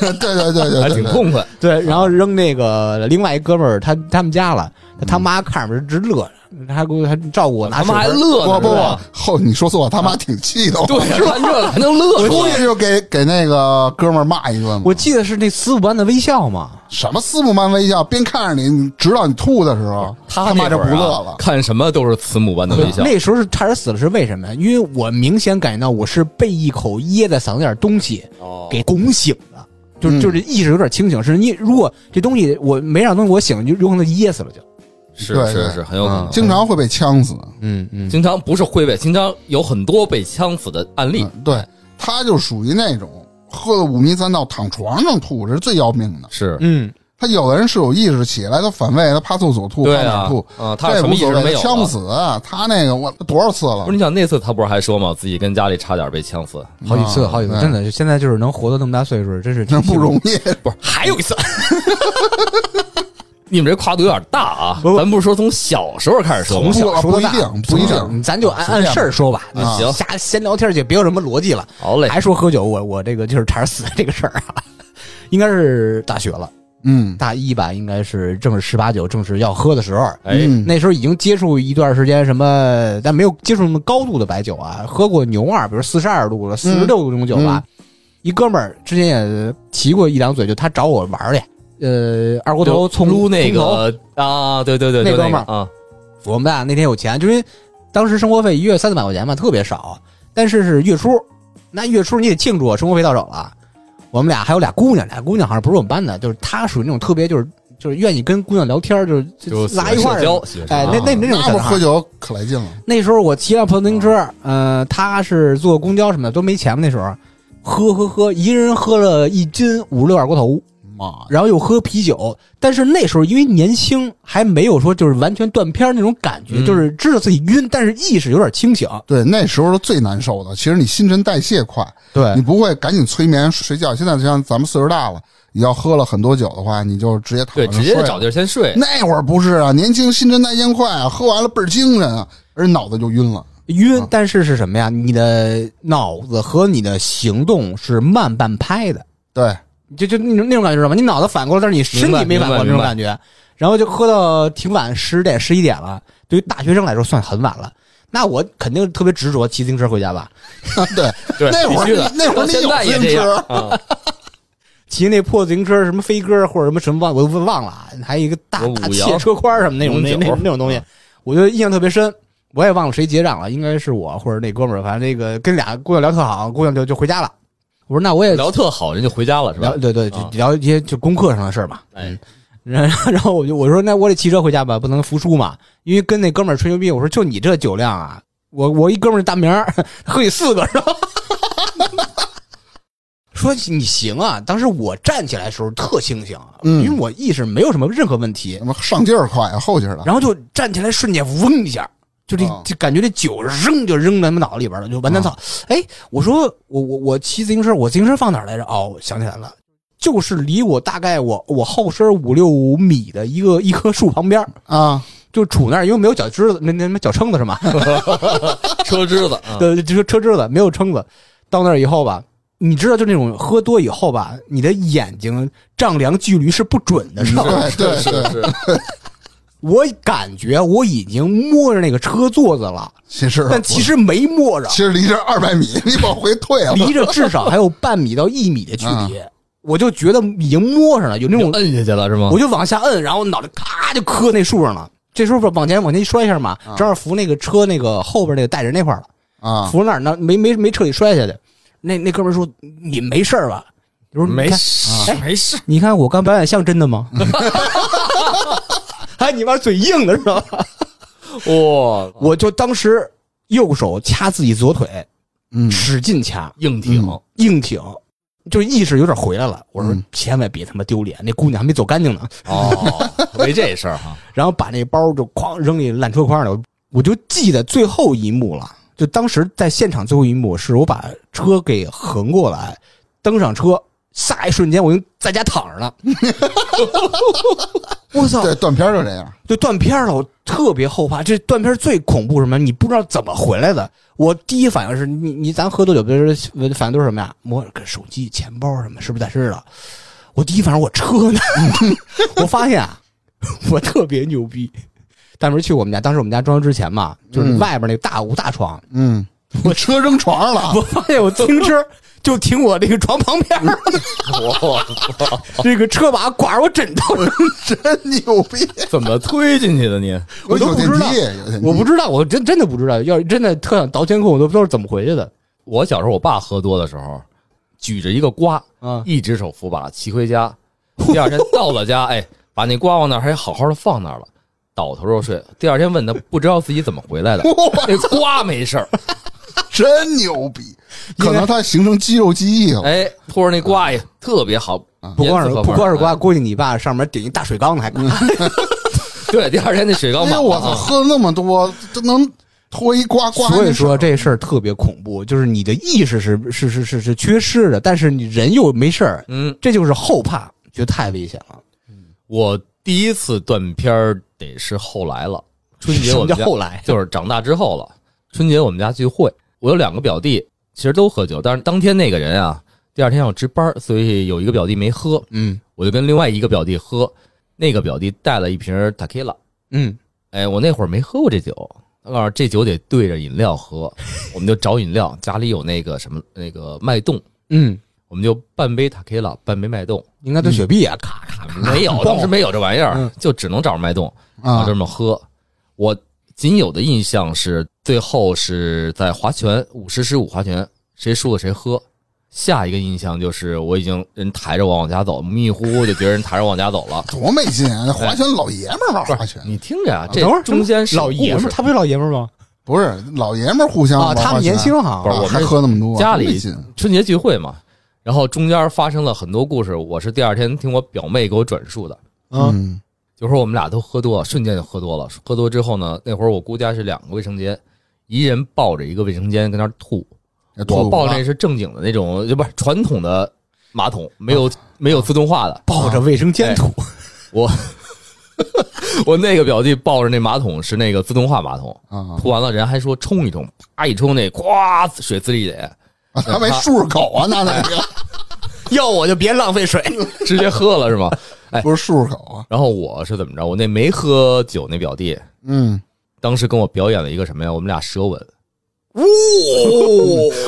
Speaker 1: 对对对对对，
Speaker 2: 还挺
Speaker 1: 对。
Speaker 2: 痛快。
Speaker 3: 对，然后扔那个另外一哥们儿他他们家了，他他妈看着直乐，还给我还照顾我拿
Speaker 2: 他
Speaker 3: 水
Speaker 2: 妈还
Speaker 3: 盆儿
Speaker 2: 乐
Speaker 1: 不
Speaker 2: 呢，
Speaker 1: 不
Speaker 2: 是
Speaker 1: 不
Speaker 2: 吧，
Speaker 1: 后你说错，他妈挺气的，
Speaker 2: 啊对，看这还能乐
Speaker 1: 我
Speaker 2: 出
Speaker 1: 出
Speaker 2: 来
Speaker 1: 去就给给那个哥们儿骂一顿嘛。
Speaker 3: 我记得是那死五般的微笑嘛，
Speaker 1: 什么四目慢微笑，边看着你，你直到你吐的时候，他妈
Speaker 2: 那
Speaker 1: 就
Speaker 2: 会
Speaker 1: 不
Speaker 2: 儿啊
Speaker 1: 乐了。
Speaker 2: 看什么都是慈母般的微笑。
Speaker 3: 那时候是差点死了，是为什么呀？因为我明显感觉到我是被一口噎在嗓子眼儿东西
Speaker 2: 哦
Speaker 3: 给拱醒的，就
Speaker 1: 嗯
Speaker 3: 是就是意识有点清醒。是你如果这东西我没让东西我醒，就有可能噎死了就。
Speaker 2: 是
Speaker 1: 对
Speaker 2: 是
Speaker 1: 对嗯
Speaker 2: 是，很有可能。
Speaker 1: 经常会被呛死。
Speaker 3: 嗯嗯，
Speaker 2: 经常不是会被，经常有很多被呛死的案例。
Speaker 1: 嗯，对，他就属于那种喝了五迷三道躺床上吐，这是最要命的。
Speaker 2: 是，
Speaker 3: 嗯，
Speaker 1: 他有的人是有意识起来，他反胃，他怕厕所吐，
Speaker 2: 对
Speaker 1: 怕哪
Speaker 2: 啊
Speaker 1: 儿吐，，
Speaker 2: 啊，他
Speaker 1: 这
Speaker 2: 是
Speaker 1: 嗯也
Speaker 2: 什
Speaker 1: 无
Speaker 2: 么意识
Speaker 1: 所
Speaker 2: 没
Speaker 1: 谓，
Speaker 2: 有啊？
Speaker 1: 呛不死。他那个我多少次了
Speaker 2: 不是，？你想那次他不是还说吗？自己跟家里差点被呛死。
Speaker 3: 好几次，
Speaker 1: 啊
Speaker 3: 好几次，
Speaker 1: 对
Speaker 3: 真的，现在就是能活到那么大岁数，真是
Speaker 1: [LAUGHS] 那不容易。
Speaker 2: 不是，还有一次。 [LAUGHS] 你们这跨度有点大啊！
Speaker 3: 不不
Speaker 2: 咱不是说从小时候开始说
Speaker 1: 从？
Speaker 2: 吗
Speaker 1: 不
Speaker 3: 小时候
Speaker 1: 不一
Speaker 3: 大
Speaker 1: 定，不一定。
Speaker 3: 咱就按
Speaker 1: 随便吧
Speaker 3: 按事儿说吧，
Speaker 2: 啊行
Speaker 3: 瞎闲聊天去，别有什么逻辑了。
Speaker 2: 好嘞，
Speaker 3: 还说喝酒，我我这个就是差点死的这个事儿啊，应该是大学了，
Speaker 1: 嗯，
Speaker 3: 大一吧，应该是正是十八九，正是要喝的时候。
Speaker 2: 哎，
Speaker 1: 嗯
Speaker 3: 那时候已经接触一段时间什么，但没有接触那么高度的白酒啊，喝过牛二，比如四十二度了、四十六度这种酒吧。
Speaker 1: 嗯
Speaker 3: 一哥们儿之前也提过一两嘴，就他找我玩儿去，呃，二锅头
Speaker 2: 就
Speaker 3: 从
Speaker 2: 撸那
Speaker 3: 从头
Speaker 2: 个啊，对对对，
Speaker 3: 那
Speaker 2: 就
Speaker 3: 哥们
Speaker 2: 个
Speaker 3: 儿
Speaker 2: 啊，
Speaker 3: 我们俩那天有钱，就因为当时生活费一月三四百块钱嘛，特别少，但是是月初，那月初你得庆祝生活费到手了。我们俩还有俩姑娘，俩姑娘好像不是我们班的，就是她属于那种特别就是就是愿意跟姑娘聊天，就是
Speaker 2: 就
Speaker 3: 拉一块
Speaker 2: 社
Speaker 3: 儿。
Speaker 2: 交，喜欢社
Speaker 3: 哎，
Speaker 2: 交
Speaker 3: 那那那种
Speaker 1: 那
Speaker 3: 小
Speaker 1: 不
Speaker 3: 孩
Speaker 1: 喝酒可来劲了。
Speaker 3: 那时候我骑辆自行车，呃，他是坐公交什么的都没钱嘛。那时候，喝喝喝，一人喝了一斤五十六二锅头，
Speaker 1: 妈呀，
Speaker 3: 然后又喝啤酒。但是那时候因为年轻，还没有说就是完全断片儿那种感觉，
Speaker 2: 嗯
Speaker 3: 就是知道自己晕，但是意识有点清醒。
Speaker 1: 对，那时候是最难受的。其实你新陈代谢快，
Speaker 3: 对
Speaker 1: 你不会赶紧催眠睡觉。现在就像咱们岁数大了，你要喝了很多酒的话，你就直接躺
Speaker 2: 对，
Speaker 1: 着
Speaker 2: 直
Speaker 1: 睡
Speaker 2: 接
Speaker 1: 了。
Speaker 2: 找地儿先睡。
Speaker 1: 那会儿不是啊，年轻新陈代谢快啊，喝完了倍儿精神啊，而且脑子就晕了。
Speaker 3: 晕，但是是什么呀？你的脑子和你的行动是慢半拍的。
Speaker 1: 对， [LAUGHS]
Speaker 3: 就就那种那种感觉是吧？你脑子反过来，但是你身体没反过
Speaker 2: 明白
Speaker 3: 来那
Speaker 2: 明白
Speaker 3: 种感觉，然后就喝到挺晚，十点十一点了。对于大学生来说，算很晚了。那我肯定特别执着，骑自行车回家吧，
Speaker 1: 对，
Speaker 2: 对，
Speaker 1: 那会儿
Speaker 2: 必须的
Speaker 1: 你那会儿你有
Speaker 2: 现在也
Speaker 1: 自
Speaker 2: 这
Speaker 1: 行车
Speaker 2: 样啊。
Speaker 1: [LAUGHS]
Speaker 3: 骑那破自行车，什么飞鸽或者什么什么忘，我都忘了啊，还有一个大
Speaker 2: 我五
Speaker 3: 大
Speaker 2: 羊
Speaker 3: 汽车筐什么那种那
Speaker 2: 永
Speaker 3: 那
Speaker 2: [LAUGHS] 久
Speaker 3: 那种东西，我就印象特别深。我也忘了谁结账了，应该是我或者那哥们儿，反正那个跟俩姑娘聊特好，姑娘就就回家了。我说那我也
Speaker 2: 聊特好，人就回家了，是吧
Speaker 3: 聊？对对，就
Speaker 2: 啊
Speaker 3: 聊一些就功课上的事儿嘛。
Speaker 2: 哎，
Speaker 3: [LAUGHS] 然后然后我就我说那我得骑车回家吧，不能服输嘛，因为跟那哥们儿吹牛逼，我说就你这酒量啊，我我一哥们儿大名儿喝你四个，是吧？ [LAUGHS] 说你行啊！当时我站起来的时候特清醒，啊
Speaker 1: 嗯
Speaker 3: 因为我意识没有什么任何问题
Speaker 1: 什，么上劲儿快啊，后劲儿的。
Speaker 3: 然后就站起来瞬间嗡一下，就这
Speaker 1: 啊
Speaker 3: 就感觉这酒扔就扔在他们脑里边了，就完蛋操！哎，我说我我我骑自行车，我自行车放哪儿来着？哦，想起来了，就是离我大概我我后身五六米的一个一棵树旁边，
Speaker 1: 啊，
Speaker 3: 就杵那儿，因为没有脚支子，那那什么脚撑子是吗？
Speaker 2: 车枝子啊，
Speaker 3: 对，就是车支子，没有撑子。到那儿以后吧，你知道，就那种喝多以后吧，你的眼睛丈量距离是不准的，知道吗？
Speaker 1: 对对
Speaker 2: 是
Speaker 1: 对，
Speaker 2: 是是，
Speaker 3: 我感觉我已经摸着那个车座子了，
Speaker 1: 其实
Speaker 3: 但其实没摸着
Speaker 1: 其，实离这二百米，你往回退了。
Speaker 3: 离着至少还有半米到一米的距离，我就觉得已经摸上了，嗯有那种
Speaker 2: 摁下去了是吗
Speaker 3: 我？就往下摁，然后脑袋咔就磕那树上了。这时候不是往前往前一摔一下嘛，正好扶那个车那个后边那个带人那块儿了，
Speaker 1: 啊，
Speaker 3: 扶那儿那没没没彻底摔下去。那那哥们儿说：“你没事儿吧？”我说：“你
Speaker 4: 没
Speaker 3: 看
Speaker 4: 事、
Speaker 3: 哎
Speaker 4: 没事，
Speaker 3: 你看我刚表演像真的吗？” [LAUGHS] 哎，你妈嘴硬的是吧？
Speaker 2: 哇，
Speaker 3: 我就当时右手掐自己左腿，
Speaker 1: 嗯，
Speaker 3: 使劲掐，
Speaker 2: 硬挺，
Speaker 1: 嗯
Speaker 3: 硬挺，就意识有点回来了。我说
Speaker 1: 嗯：“
Speaker 3: 千万别他妈丢脸，那姑娘还没走干净呢。” [LAUGHS]
Speaker 2: 哦，没这事儿
Speaker 1: [LAUGHS]
Speaker 2: 哈，
Speaker 3: 然后把那包就哐扔进烂车筐里。我就记得最后一幕了，就当时在现场最后一幕是我把车给横过来，登上车，下一瞬间我已经在家躺着
Speaker 1: [LAUGHS]
Speaker 3: 了。我操！
Speaker 1: 对，断片儿就这样。
Speaker 3: 就断片了，我特别后怕。这断片最恐怖是什么？你不知道怎么回来的。我第一反应是你你咱喝多酒，比如说反正都是什么呀？摸个手机、钱包什么，是不是在身上？我第一反应我车呢？ [LAUGHS] 我发现啊，我特别牛逼。大明去我们家，当时我们家装修之前嘛，就是
Speaker 1: 嗯
Speaker 3: 外边那大五大床，
Speaker 1: 嗯，我车扔床上了。
Speaker 3: 我发现我停车就停我这个床旁边儿，
Speaker 2: 哇，
Speaker 3: 这个车把挂着我枕头上，
Speaker 1: 真牛逼！
Speaker 4: 怎么推进去的你？
Speaker 3: 我都
Speaker 1: 有
Speaker 3: 不
Speaker 1: 电
Speaker 3: 知道
Speaker 1: 梯，有电梯，
Speaker 3: 我不知道，我真真的不知道。要是真的特想倒监控，我都不知道是怎么回去的。
Speaker 2: 我小时候我爸喝多的时候，举着一个瓜，
Speaker 3: 啊，
Speaker 2: 一只手扶把骑回家，第二天到了家，哎，把那瓜往那儿还好好的放那儿了，倒头就睡。第二天问他，不知道自己怎么
Speaker 1: [LAUGHS]
Speaker 2: 回来的，那瓜没事儿，
Speaker 1: 真牛逼。
Speaker 3: 因为
Speaker 1: 可能他形成肌肉记忆了。
Speaker 2: 哎，托着那瓜也特别好，
Speaker 3: 啊不光是
Speaker 2: 严丝合
Speaker 3: 不
Speaker 2: 缝
Speaker 3: 光是瓜，
Speaker 2: 哎
Speaker 3: 估计你爸上面顶一大水缸呢，还
Speaker 2: [LAUGHS] 对，第二天那水缸
Speaker 1: 因
Speaker 2: 满
Speaker 1: 为
Speaker 2: 了，
Speaker 1: 哎我操，喝了那么多，这能脱一刮刮。
Speaker 3: 所以说这事儿特别恐怖，就是你的意识是是是是是缺失的，但是你人又没事儿，
Speaker 2: 嗯，
Speaker 3: 这就是后怕，觉得太危险了。
Speaker 2: 我第一次断片儿得是后来了，春节
Speaker 3: 什
Speaker 2: 我
Speaker 3: 么
Speaker 2: 们
Speaker 3: 叫
Speaker 2: 家
Speaker 3: 后来？
Speaker 2: 就是长大之后了。春节我们家聚会，我有两个表弟，其实都喝酒，但是当天那个人啊，第二天要值班，所以有一个表弟没喝，
Speaker 3: 嗯
Speaker 2: 我就跟另外一个表弟喝，那个表弟带了一瓶 tequila，
Speaker 3: 嗯，
Speaker 2: 哎，我那会儿没喝过这酒，他告诉我这酒得对着饮料喝，我们就找饮料，家里有那个什么那个脉动，
Speaker 3: 嗯，
Speaker 2: 我们就半杯 tequila，半杯脉
Speaker 3: [LAUGHS]
Speaker 2: 动，
Speaker 3: 应该对雪碧啊，咔咔咔，
Speaker 2: 没有， [LAUGHS] 当时没有这玩意儿
Speaker 3: 嗯，
Speaker 2: 就只能找着脉动。啊，
Speaker 1: 啊。
Speaker 2: 这，么喝。我仅有的印象是，最后是在划拳，五十十五划拳，谁输了谁喝。下一个印象就是，我已经人抬着我往家走，迷迷糊糊就觉得人抬着往家走了
Speaker 3: [LAUGHS]
Speaker 1: 多没劲啊！那划拳老爷们儿玩划拳，
Speaker 2: 你听着啊，这
Speaker 3: 等会儿
Speaker 2: 中间是
Speaker 3: 老爷们儿，
Speaker 2: 故事
Speaker 3: 他不是老爷们儿吗？
Speaker 1: 不是老爷们儿互相
Speaker 3: 啊，
Speaker 1: 玩
Speaker 3: 他
Speaker 1: 划
Speaker 3: 们
Speaker 1: 拳
Speaker 3: 年轻哈
Speaker 2: 不，是
Speaker 1: 啊
Speaker 2: 我
Speaker 1: 还
Speaker 2: 们
Speaker 1: 喝那么多，
Speaker 2: 家
Speaker 1: 多没
Speaker 2: 里
Speaker 1: 劲
Speaker 2: 春节聚会嘛，然后中间发生了很多故事，我是第二天听我表妹给我转述的。
Speaker 3: 嗯
Speaker 1: 嗯
Speaker 2: 就说我们俩都喝多了，瞬间就喝多了。喝多之后呢，那会儿我姑家是两个卫生间，一人抱着一个卫生间跟那儿吐，
Speaker 1: 也吐
Speaker 2: 我
Speaker 1: 不
Speaker 2: 抱
Speaker 1: 完
Speaker 2: 那是正经的那种，就不是传统的马桶，没有、没有自动化的。
Speaker 3: 抱着卫生 [LAUGHS] 间吐，
Speaker 2: 我我那个表弟抱着那马桶是那个自动化马桶，
Speaker 1: 啊，
Speaker 2: 吐完了人还说冲一冲，啪一冲那咵水滋一脸，
Speaker 1: 他没漱漱口啊，那那个
Speaker 3: 要我就别浪费水。
Speaker 2: [LAUGHS] 直接喝了是吗？哎
Speaker 1: 不是漱漱口啊，
Speaker 2: 然后我是怎么着？我那没喝酒那表弟，
Speaker 1: 嗯，
Speaker 2: 当时跟我表演了一个什么呀？我们俩舌吻。
Speaker 3: 哇！哎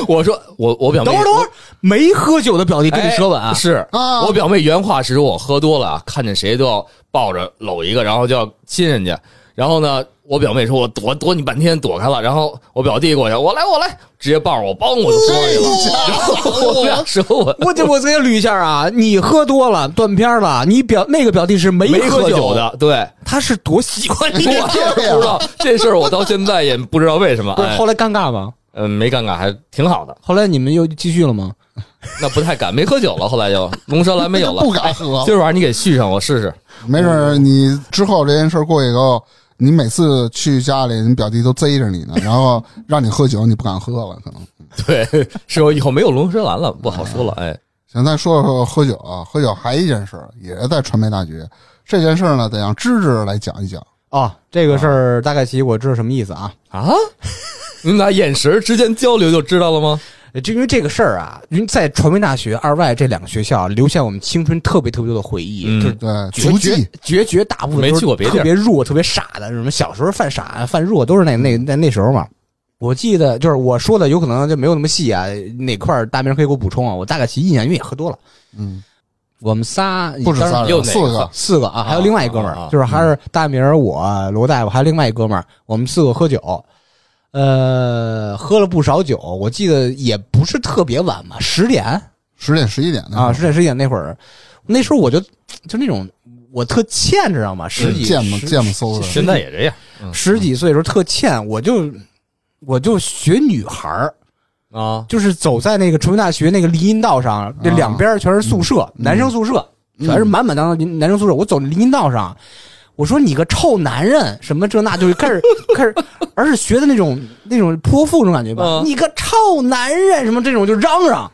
Speaker 2: 我说我我表妹
Speaker 3: 等会儿等会儿，没喝酒的表弟跟你舌吻
Speaker 2: 哎
Speaker 3: 啊？
Speaker 2: 是
Speaker 1: 啊
Speaker 2: 我表妹原话是说，我喝多了啊，看见谁都要抱着搂一个，然后就要亲人家。然后呢，我表妹说我躲躲你半天躲开了，然后我表弟过去，我来我来，直接抱着我，帮我就过去了。然后我们俩舌吻，
Speaker 3: 我这我直接捋一下啊，你喝多了断片儿了，你表那个表弟是没
Speaker 2: 没
Speaker 3: 喝
Speaker 2: 喝酒，的，对。
Speaker 3: 他是多喜欢你
Speaker 2: 我也不知道这事儿，我到现在也不知道为什么。
Speaker 3: [LAUGHS] 不是
Speaker 2: 哎
Speaker 3: 后来尴尬吗？
Speaker 2: 嗯，没尴尬，还挺好的。
Speaker 3: 后来你们又继续了吗？
Speaker 2: 那不太敢，没喝酒了，后来就龙舌兰没有了。
Speaker 1: 不敢喝，
Speaker 2: 今儿晚上你给续上，我试试。
Speaker 1: 没准儿你之后这件事儿过去以后，你每次去家里，你表弟都贼着你呢，然后让你喝酒，你不敢喝了，可能。
Speaker 2: 对，是我以后没有龙舌兰了，不好说了。哎，
Speaker 1: 行，咱说说喝酒啊，喝酒还一件事儿，也是在传媒大局。这件事儿呢，得让芝芝来讲一讲。
Speaker 3: 啊、哦，这个事儿大概其我知道什么意思啊。
Speaker 2: 啊？ [LAUGHS] 你们俩眼神之间交流就知道了吗？
Speaker 3: 呃就因为这个事儿啊，因为在传媒大学、二外这两个学校留下我们青春特别特别多的回忆，
Speaker 2: 嗯
Speaker 3: 就是
Speaker 1: 对，
Speaker 3: 绝
Speaker 1: 足迹
Speaker 3: 绝绝绝大部分
Speaker 2: 没
Speaker 3: 都是
Speaker 2: 去过别地
Speaker 3: 特
Speaker 2: 儿
Speaker 3: 别弱、特别傻的，什么小时候犯傻、犯弱，都是那那那那时候嘛。我记得就是我说的，有可能就没有那么细啊，哪块儿大明可以给我补充啊？我大概其印象，因为也喝多了。
Speaker 1: 嗯，
Speaker 3: 我们仨
Speaker 1: 不止
Speaker 3: 当时
Speaker 1: 仨
Speaker 2: 又
Speaker 1: 人，
Speaker 2: 哪
Speaker 1: 四
Speaker 2: 个
Speaker 1: 个，
Speaker 3: 四个啊，还有另外一哥们儿，
Speaker 2: 啊啊啊
Speaker 3: 就是还是大明儿、我、罗大夫，还有另外一哥们儿，我们四个喝酒，呃，喝了不少酒，我记得也不是特别晚吧，十点
Speaker 1: 十点十一点
Speaker 2: 嗯
Speaker 1: 那会
Speaker 3: 啊，
Speaker 1: 儿
Speaker 3: 十点十一点那会儿，那时候我就就那种我特欠，知道吗？十几
Speaker 1: 见吧
Speaker 3: 十
Speaker 1: 见吧搜的，
Speaker 2: 现在也这样
Speaker 3: 十几岁的时候特欠，我就我就学女孩儿，
Speaker 1: [LAUGHS]
Speaker 2: 啊？
Speaker 3: 就是走在那个崇明大学那个林荫道上，这两边全是宿舍，男生宿舍，全是满满当当的男生宿舍。我走林荫道上，我说你个臭男人，什么这那，就是开始 [LAUGHS] 开始，而是学的那种那种泼妇那种感觉吧，
Speaker 2: 嗯
Speaker 3: 你个臭男人，什么这种就嚷嚷。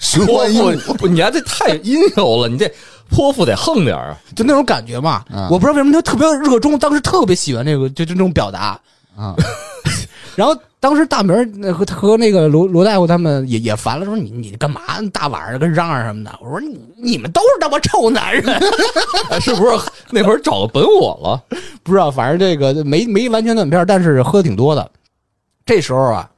Speaker 1: 循
Speaker 2: 泼
Speaker 1: 环音
Speaker 2: 妇，不你还这太阴柔了，你这泼妇得横点儿啊！
Speaker 3: 就那种感觉嘛，
Speaker 1: 嗯
Speaker 3: 我不知道为什么他特别热衷，当时特别喜欢这个，就就这种表达。
Speaker 1: 啊，
Speaker 3: [LAUGHS] 然后当时大明儿那和和那个罗罗大夫他们也也烦了，说你你干嘛大晚上跟嚷嚷什么的？我说你你们都是他妈臭男人， [LAUGHS]
Speaker 2: 哎 [LAUGHS] 是不是那会儿找到本我了？
Speaker 3: 不知道，反正这个没没完全断片儿，但是喝挺多的。这时候啊，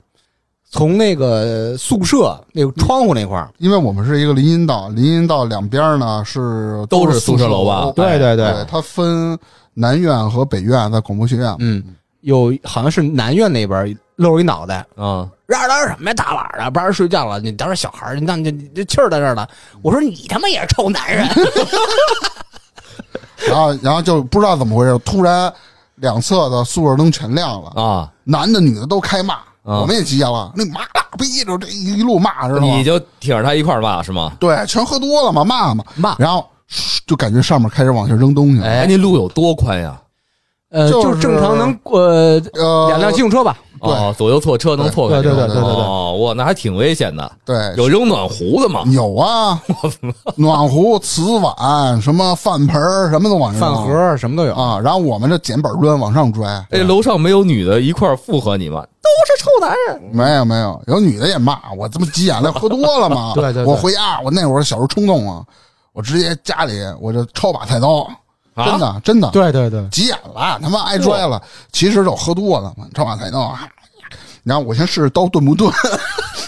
Speaker 3: 从那个宿舍那个窗户那块儿，
Speaker 1: 因为我们是一个林荫道，林荫道两边呢是
Speaker 2: 都
Speaker 1: 是
Speaker 2: 是宿舍楼吧
Speaker 1: 楼
Speaker 3: 对对对
Speaker 1: 对，它分南院和北院，在广播学院嘛。
Speaker 3: 嗯，有好像是南院那边儿露着一脑袋，
Speaker 2: 啊，
Speaker 3: 嚷嚷什么呀？大晚上的，不让人睡觉了。你当时小孩儿，你那你这气儿在这儿呢。我说你他妈也是臭男 [LAUGHS] 人，
Speaker 1: 然后然后就不知道怎么回事，突然两侧的宿舍灯全亮了，
Speaker 2: 啊，
Speaker 1: 男的女的都开骂，
Speaker 2: 啊
Speaker 1: 我们也急眼了，那妈大逼就这一一路骂，知道吗
Speaker 2: 你？就挺着他一块儿骂是吗？
Speaker 1: 对，全喝多了嘛，骂嘛，
Speaker 3: 骂
Speaker 1: 然后就感觉上面开始往下扔东西了，
Speaker 2: 哎，那路有多宽呀？
Speaker 3: 呃，
Speaker 1: 就
Speaker 3: 就是正常能呃
Speaker 1: 呃，
Speaker 3: 两辆机动车吧。
Speaker 1: 对
Speaker 2: 哦，左右错车能错开。
Speaker 1: 对对对对对哎
Speaker 3: 对
Speaker 2: 哦，哇，那还挺危险的。
Speaker 1: 对，
Speaker 2: 有扔暖壶的吗？
Speaker 1: 有啊，暖壶、瓷碗、什么饭盆儿什么都往上
Speaker 3: 饭
Speaker 1: 扔
Speaker 3: 盒儿什么都有，
Speaker 1: 啊，然后我们就捡板砖往上拽，
Speaker 2: 哎，楼上没有女的一块儿附和你吗？
Speaker 1: 没有没有，有女的也骂我，这么急眼了，喝多了嘛。
Speaker 3: [LAUGHS] 对对对
Speaker 1: 我回家，我那会儿小时候冲动啊，我直接家里我就抄把菜刀，
Speaker 2: 啊
Speaker 1: 真的真的
Speaker 3: 对对对，
Speaker 1: 急眼了，他妈挨拽了，其实就喝多了嘛，抄把菜刀啊。然后我先试试刀钝不钝，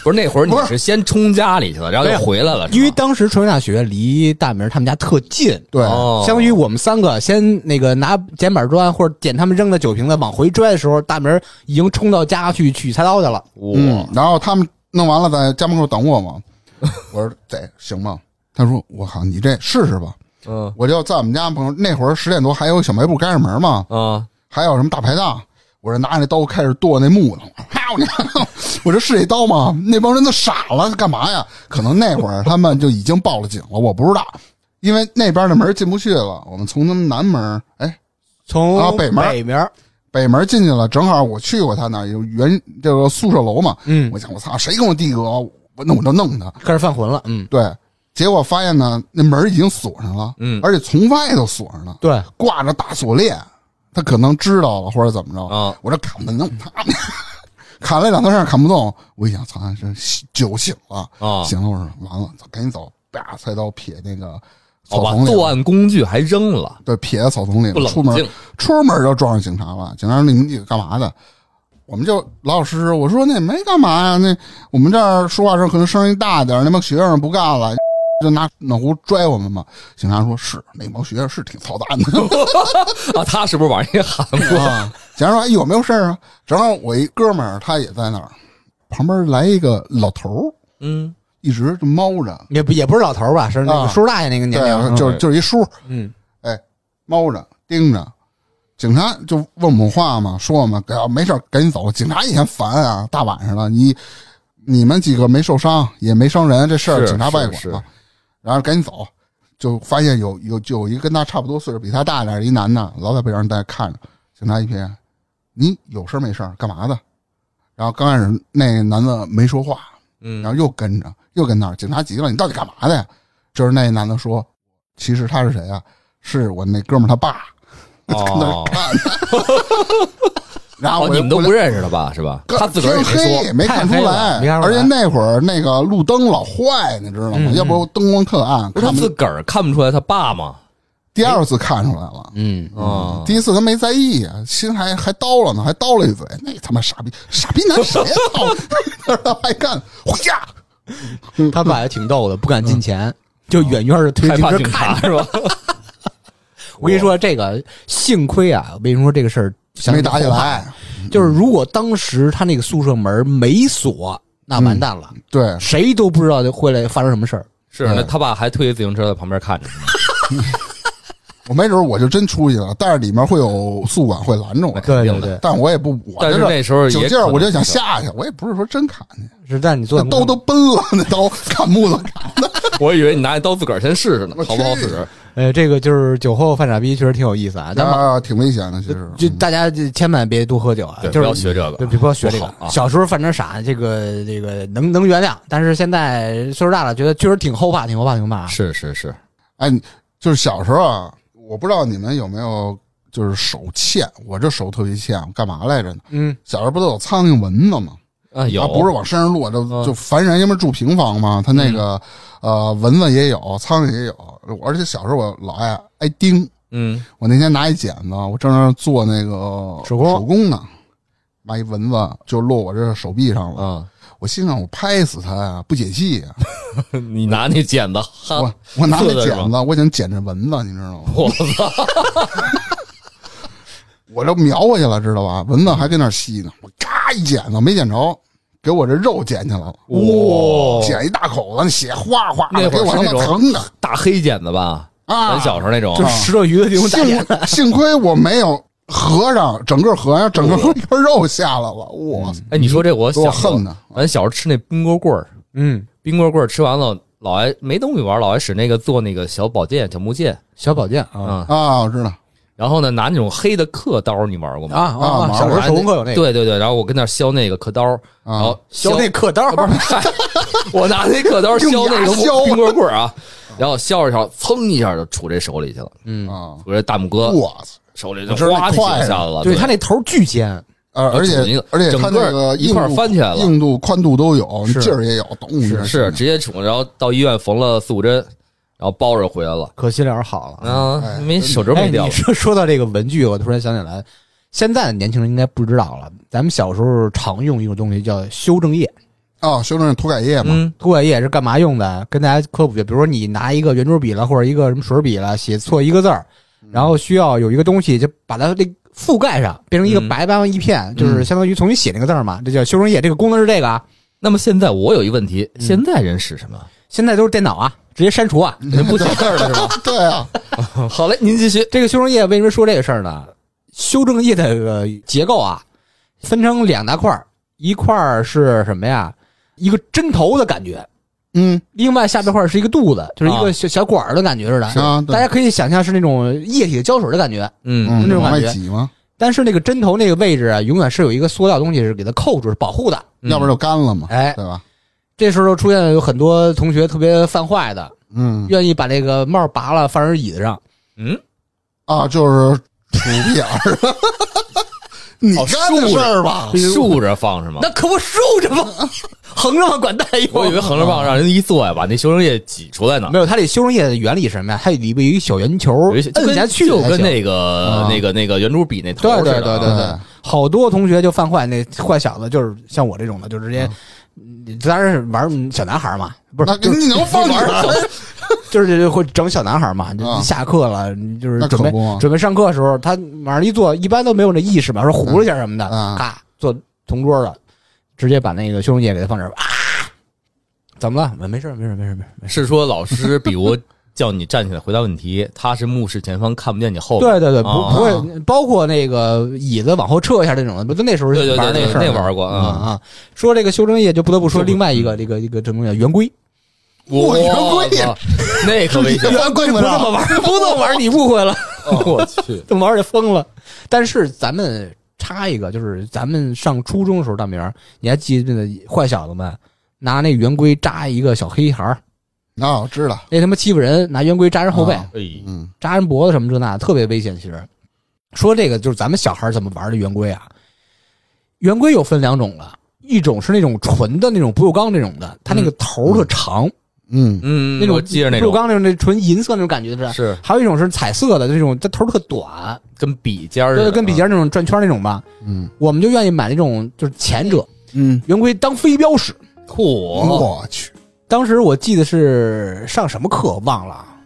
Speaker 2: 不是那会儿你
Speaker 1: 不是
Speaker 2: 是先冲家里去了，然后
Speaker 3: 没
Speaker 2: 又
Speaker 3: 有
Speaker 2: 回来了，是吗
Speaker 3: 因为当时崇明大学离大明儿他们家特近，
Speaker 1: 对，
Speaker 2: 哦，
Speaker 3: 相当于我们三个先那个拿捡板砖或者捡他们扔的酒瓶子往回拽的时候，大明儿已经冲到家去取菜刀去了。
Speaker 1: 嗯
Speaker 2: 哇，，
Speaker 1: 然后他们弄完了在家门口等我嘛，我说得行吗？他说我靠，你这试试吧。
Speaker 2: 嗯
Speaker 1: 我就在我们家门口，那会儿十点多还有小卖部开着门嘛，
Speaker 2: 啊，
Speaker 1: 还有什么大排档，我这拿着那刀开始剁那木头，啪！我这我这是这刀吗？那帮人都傻了，干嘛呀？可能那会儿他们就已经报了警了，我不知道，因为那边的门进不去了，我们从他们南门，哎，
Speaker 3: 从
Speaker 1: 啊北门儿
Speaker 3: 北门儿，
Speaker 1: 北门进去了，正好我去过他那儿有原这个宿舍楼嘛，
Speaker 3: 嗯，
Speaker 1: 我想我操，谁跟我递个，我那我就弄他，
Speaker 3: 开始犯浑了，嗯，
Speaker 1: 对。结果发现呢，那门已经锁上了，
Speaker 2: 嗯
Speaker 1: 而且从外头锁上了，
Speaker 3: 对，
Speaker 1: 挂着大锁链，他可能知道了或者怎么着
Speaker 2: 啊
Speaker 1: 我这砍的能，啪砍了两三下砍不动，我一想，操，这酒醒了，
Speaker 2: 啊
Speaker 1: 醒了，我说完了，走赶紧走，啪，菜刀撇那个
Speaker 2: 哦，
Speaker 1: 草
Speaker 2: 把
Speaker 1: 丛里
Speaker 2: 作
Speaker 1: 了，
Speaker 2: 案工具还扔了，
Speaker 1: 对，撇在草丛里
Speaker 2: 不
Speaker 1: 了，
Speaker 2: 冷
Speaker 1: 出门
Speaker 2: 静
Speaker 1: 出门就撞上警察了，警察说你们几个干嘛的？我们就老老实实，我说那没干嘛呀，那我们这儿说话声可能声音大点儿，那帮学生不干了， [LAUGHS] 就拿暖壶拽我们嘛。警察说是那帮学生是挺操蛋的。
Speaker 2: 啊，他是不是往人家
Speaker 1: [LAUGHS]
Speaker 2: 喊过？
Speaker 1: 啊，假如说哎有没有事儿啊？正好我一哥们儿他也在那儿，旁边来一个老头儿，
Speaker 2: 嗯，
Speaker 1: 一直就猫着，
Speaker 3: 也不也不是老头儿吧，是那
Speaker 1: 啊
Speaker 3: 个叔叔大爷那个年龄，啊
Speaker 1: 对，就是就是一叔，哎
Speaker 3: 嗯，
Speaker 1: 猫着盯着。警察就问我们话嘛，说我们啊没事儿赶紧走。警察也嫌烦啊，大晚上了，你你们几个没受伤，也没伤人，这事儿
Speaker 2: 是
Speaker 1: 警察不爱
Speaker 2: 是
Speaker 1: 管
Speaker 2: 是
Speaker 1: 了。然后赶紧走，就发现有有就有一个跟他差不多岁数、比他大点儿一男的，老在背上在那看着。警察一瞥，你有事儿没事儿干嘛的？然后刚开始那男的没说话，
Speaker 2: 嗯
Speaker 1: 然后又跟着又跟那儿。警察急了，你到底干嘛的呀？就是那男的说，其实他是谁啊？是我那哥们儿他爸。
Speaker 2: 哦，
Speaker 1: [LAUGHS] 然后
Speaker 2: 哦
Speaker 1: 我
Speaker 2: 你
Speaker 1: 就
Speaker 2: 们都
Speaker 1: 过来
Speaker 2: 不认识他吧？是吧？
Speaker 1: 哥
Speaker 2: 他自个儿也没
Speaker 1: 天黑没看出
Speaker 2: 说。
Speaker 3: 太黑了没看出来
Speaker 1: 而且那会儿那个路灯老坏，你知道吗？要不灯光特暗，
Speaker 2: 嗯不是他
Speaker 1: 看不
Speaker 2: 自个儿看不出来他爸吗？
Speaker 1: 第二次看出来了。
Speaker 3: 嗯，
Speaker 2: 啊，
Speaker 1: 第一次他没在意，啊心还还叨了呢，还叨了一嘴。那他妈傻逼，傻逼男
Speaker 2: [LAUGHS]
Speaker 1: 谁呀？操！ [LAUGHS] 他还干回家，
Speaker 3: 他爸也挺逗的，不敢近前，就远远的推
Speaker 2: 嗯害
Speaker 3: 进
Speaker 2: 怕
Speaker 3: 车
Speaker 2: 警
Speaker 3: 看。
Speaker 2: 察是吧？
Speaker 1: [LAUGHS]
Speaker 3: 我跟你说，这个幸亏啊，我跟你说这个事儿想
Speaker 1: 没
Speaker 3: 起
Speaker 1: 打起
Speaker 3: 后怕。
Speaker 1: 来。
Speaker 3: 就是如果当时他那个宿舍门没锁，那完蛋
Speaker 2: 嗯
Speaker 3: 了，
Speaker 1: 对，
Speaker 3: 谁都不知道会来发生什么事儿。
Speaker 2: 是，
Speaker 1: 哎
Speaker 2: 那他爸还推自行车在旁边看着呢， [LAUGHS]
Speaker 1: 我没准儿我就真出去了，但是里面会有宿管会拦着我。
Speaker 3: 对
Speaker 2: 定的
Speaker 3: 对，
Speaker 1: 但我也不，我
Speaker 2: 但是
Speaker 1: 就
Speaker 2: 那时候
Speaker 1: 酒
Speaker 2: 也
Speaker 1: 劲儿，
Speaker 2: 可能
Speaker 1: 我就想
Speaker 2: 是
Speaker 1: 下去，我也不是说真砍去，
Speaker 3: 是但你
Speaker 1: 那
Speaker 3: 做
Speaker 1: 刀都崩了， [LAUGHS] 那刀砍木头砍。
Speaker 2: 我以为你拿一刀自个儿先试试呢
Speaker 1: 我，
Speaker 2: 好不好
Speaker 1: 去
Speaker 2: 使？
Speaker 3: 呃，这个就是酒后犯傻逼，确实挺有意思啊。但
Speaker 1: 啊，挺危险的，其实。
Speaker 3: 就大家就千万别多喝酒啊，
Speaker 1: 哎
Speaker 2: 对，
Speaker 3: 就是
Speaker 2: 不要学这
Speaker 3: 对，
Speaker 2: 个。
Speaker 3: 别不要学这
Speaker 2: 不
Speaker 3: 个
Speaker 2: 好。啊
Speaker 3: 小时候犯点傻，这个这个能能原谅，但是现在岁数大了，觉得确实挺后怕，挺后怕，挺后怕啊。
Speaker 2: 是是是，
Speaker 1: 哎，你就是小时候啊，我不知道你们有没有就是手欠，我这手特别欠，我干嘛来着呢？
Speaker 3: 嗯，
Speaker 1: 小时候不都有苍蝇蚊子吗？
Speaker 2: 啊有
Speaker 1: 啊，不是往身上落，就、
Speaker 2: 嗯
Speaker 1: 就凡人因为住平房嘛，他那个、呃蚊子也有，苍蝇也有，而且小时候我老爱挨叮。
Speaker 2: 嗯，
Speaker 1: 我那天拿一剪子，我正在那做那个
Speaker 3: 手工
Speaker 1: 手工呢，妈一蚊子就落我这手臂上了，
Speaker 2: 啊， [LAUGHS]
Speaker 1: 我心想我拍死它呀，不解气呀，
Speaker 2: 你拿那剪子，哈
Speaker 1: 我我拿那
Speaker 2: 呃刺的是
Speaker 1: 剪子，我想剪这蚊子，你知道吗？
Speaker 2: 我操！
Speaker 1: [LAUGHS] 我这瞄过去了，知道吧？蚊子还跟那儿吸呢，我嘎一剪子没剪着，给我这肉剪起来了，
Speaker 2: 哇
Speaker 1: 剪一大口子，那血哗哗
Speaker 2: 那
Speaker 1: 的，给
Speaker 2: 会儿
Speaker 1: 我他
Speaker 2: 是那
Speaker 1: 妈
Speaker 2: 种
Speaker 1: 疼的
Speaker 2: 大黑剪子吧？
Speaker 1: 啊！
Speaker 2: 咱小时候那种
Speaker 3: 就，是石头鱼的这种大眼
Speaker 1: [LAUGHS] 幸幸亏我没有合上，整个合上，整个一块 [LAUGHS] 肉下来了，我
Speaker 2: 哎，你说这我
Speaker 1: 给我
Speaker 2: 想
Speaker 1: 恨
Speaker 2: 过，
Speaker 1: 的，
Speaker 2: 咱小时候吃那冰棍棍儿，
Speaker 3: 嗯，
Speaker 2: 冰棍棍儿吃完了，老爱没东西玩，老爱使那个做那个小宝剑、小木剑
Speaker 3: 小宝剑
Speaker 2: 啊。
Speaker 3: 啊
Speaker 1: 啊，我知道，
Speaker 2: 然后呢，拿那种黑的刻刀，你玩过
Speaker 3: 啊
Speaker 2: 吗？
Speaker 1: 啊
Speaker 3: 啊！
Speaker 1: 玩
Speaker 3: 小时候
Speaker 1: 过
Speaker 3: 手工课有那个，
Speaker 2: 对对对，然后我跟那儿削那个刻刀，然
Speaker 1: 啊
Speaker 2: 后削
Speaker 3: 削那 [LAUGHS] 刻啊刀，
Speaker 2: 我拿那刻刀削那
Speaker 1: 用牙削
Speaker 2: 个冰棍棍儿啊，然后削着削着，噌一下就杵这手里去了，
Speaker 3: 嗯，
Speaker 1: 啊，
Speaker 2: 杵这大拇哥
Speaker 1: 我操！
Speaker 2: 手里就
Speaker 1: 知道那
Speaker 2: 哗的
Speaker 1: 快
Speaker 2: 血下来了。
Speaker 3: 对他那头巨尖，
Speaker 1: 而呃而
Speaker 2: 就一
Speaker 1: 且
Speaker 2: 个
Speaker 1: 而且
Speaker 2: 呃整
Speaker 1: 它
Speaker 2: 个
Speaker 1: 那个
Speaker 2: 一块儿
Speaker 1: 硬度
Speaker 2: 翻起来了
Speaker 1: 硬度宽度都有，
Speaker 3: 是
Speaker 1: 劲儿也有，咚一下
Speaker 2: 是是直接杵，然后到医院缝了四五针，然后包着回来了。
Speaker 3: 可惜了而好了。
Speaker 2: 啊
Speaker 1: 哎，
Speaker 2: 没手指
Speaker 3: 哎，
Speaker 2: 没掉
Speaker 3: 你
Speaker 2: 了。
Speaker 3: 说 [LAUGHS] 说到这个文具，我突然想起来，现在的年轻人应该不知道了。咱们小时候常用一种东西叫修正液，
Speaker 1: 啊，修正涂改液嘛，
Speaker 2: 嗯，
Speaker 3: 涂改液是干嘛用的？跟大家科普一下，比如说你拿一个圆珠笔了，或者一个什么水笔了，写错一个字儿，然后需要有一个东西就把它那覆盖上，变成一个
Speaker 2: 嗯
Speaker 3: 白白一片，就是相当于重新写那个字儿嘛，这叫修正液。这个功能是这个啊，
Speaker 2: 那么现在我有一问题，现在人使什么？
Speaker 3: 现在都是电脑啊，直接删除啊。
Speaker 2: 人不写字儿了是吧？
Speaker 1: [LAUGHS] 对啊，
Speaker 2: 好嘞，您继续。
Speaker 3: 这个修正液为什么说这个事儿呢？修正液的呃结构啊，分成两大块儿，一块儿是什么呀？一个针头的感觉，
Speaker 1: 嗯
Speaker 3: 另外下边块儿是一个肚子，就是一个
Speaker 2: 啊
Speaker 3: 小、小管儿的感觉似的。
Speaker 1: 啊，对
Speaker 3: 大家可以想象是那种液体的胶水的感觉，
Speaker 2: 嗯，
Speaker 1: 嗯
Speaker 3: 那种
Speaker 1: 往外
Speaker 3: 感觉
Speaker 1: 挤嘛，
Speaker 3: 但是那个针头那个位置啊，永远是有一个塑料东西是给它扣住、是保护的。
Speaker 2: 嗯
Speaker 1: 要不然就干了嘛，
Speaker 3: 哎，
Speaker 1: 对吧？
Speaker 3: 这时候出现了有很多同学特别犯坏的，
Speaker 1: 嗯
Speaker 3: 愿意把这个帽儿拔了放人椅子上。
Speaker 2: 嗯， [LAUGHS]
Speaker 1: 啊，就是
Speaker 3: [LAUGHS]
Speaker 1: 杵鼻眼儿， [LAUGHS] 你
Speaker 2: 哦
Speaker 1: 干的
Speaker 2: 竖
Speaker 1: 事
Speaker 2: 着
Speaker 1: 儿
Speaker 3: 哎
Speaker 1: 吧？
Speaker 2: 竖着放是吗？
Speaker 3: 那可不竖着吗？横着吗？管蛋用？
Speaker 2: 我以为横着放，让人一坐呀，把那修正液挤出来呢。
Speaker 3: 没有，它这修正液的原理是什么呀？它里边有一小圆球，
Speaker 2: 有一些就
Speaker 3: 摁
Speaker 2: 跟
Speaker 3: 下去
Speaker 2: 就
Speaker 3: 才
Speaker 2: 跟
Speaker 3: 行
Speaker 2: 那个
Speaker 1: 啊
Speaker 2: 那个那个圆珠笔那头
Speaker 3: 对
Speaker 2: 似的
Speaker 3: 对
Speaker 2: 啊。
Speaker 3: 对对
Speaker 1: 哎
Speaker 3: 对，好多同学就犯坏，那坏小子就是像我这种的，就直接，嗯当然是玩小男孩嘛，不
Speaker 1: 那
Speaker 3: 是，就是
Speaker 1: 你能放哪儿？
Speaker 3: [LAUGHS] 就是会整小男孩嘛，
Speaker 1: 啊
Speaker 3: 就下课了，就是
Speaker 1: 那可
Speaker 3: 准备
Speaker 1: 不
Speaker 3: 准备上课的时候，他往上一坐，一般都没有那意识嘛，说糊了一下什么的，
Speaker 1: 嗯啊
Speaker 3: 咔坐同桌了，直接把那个修正液给他放这儿啊，怎么了？没事儿没事儿没事儿没事儿没事儿。
Speaker 2: 是说老师，比如叫你站起来回答问题，他是目视前方，看不见你后面。
Speaker 3: 对对对，不
Speaker 2: 啊
Speaker 3: 不会，包括那个椅子往后撤一下这种的，不就那时候
Speaker 2: 对对
Speaker 3: 玩
Speaker 2: 对
Speaker 3: 那
Speaker 2: 对，
Speaker 3: 事儿
Speaker 2: 那
Speaker 3: 嘛
Speaker 2: 玩过
Speaker 3: 啊
Speaker 2: 啊。
Speaker 3: 啊！说这个修正液，就不得不说另外
Speaker 2: 嗯
Speaker 3: 一个这个这个这东西圆规，
Speaker 1: 我圆规
Speaker 3: [LAUGHS]
Speaker 2: 操那可危险。
Speaker 1: 圆规
Speaker 3: 不
Speaker 1: 不
Speaker 3: 这么玩，
Speaker 2: [LAUGHS]
Speaker 3: 不这么玩，你误会了，
Speaker 2: 我去，
Speaker 3: 这么玩就疯了。但是咱们插一个，就是咱们上初中的时候，大明儿，你还记得那坏小子们拿那圆规扎一个小黑孩儿，
Speaker 1: 啊，我知道，
Speaker 3: 那他妈欺负人，拿圆规扎人后背，
Speaker 1: 啊
Speaker 2: 哎，
Speaker 1: 嗯，
Speaker 3: 扎人脖子什么这那，特别危险。其实说这个就是咱们小孩儿怎么玩的圆规啊，圆规又分两种了，一种是那种纯的那种不锈钢那种的，它那个头儿特长，
Speaker 1: 嗯
Speaker 2: 嗯，
Speaker 3: 那种
Speaker 2: 我记着那
Speaker 3: 不锈
Speaker 2: 种
Speaker 3: 钢那种那纯银色那种感觉的是。
Speaker 2: 是
Speaker 3: 还有一种是彩色的，这种它头儿特短，
Speaker 2: 跟笔尖儿似
Speaker 3: 对，
Speaker 2: 的，
Speaker 3: 跟笔尖儿那种转圈儿那种吧，
Speaker 1: 嗯
Speaker 3: 我们就愿意买那种就是前者
Speaker 1: 嗯，
Speaker 3: 圆规当飞镖使。
Speaker 2: 啊酷，
Speaker 1: 我去，
Speaker 3: 当时我记得是上什么课忘了啊，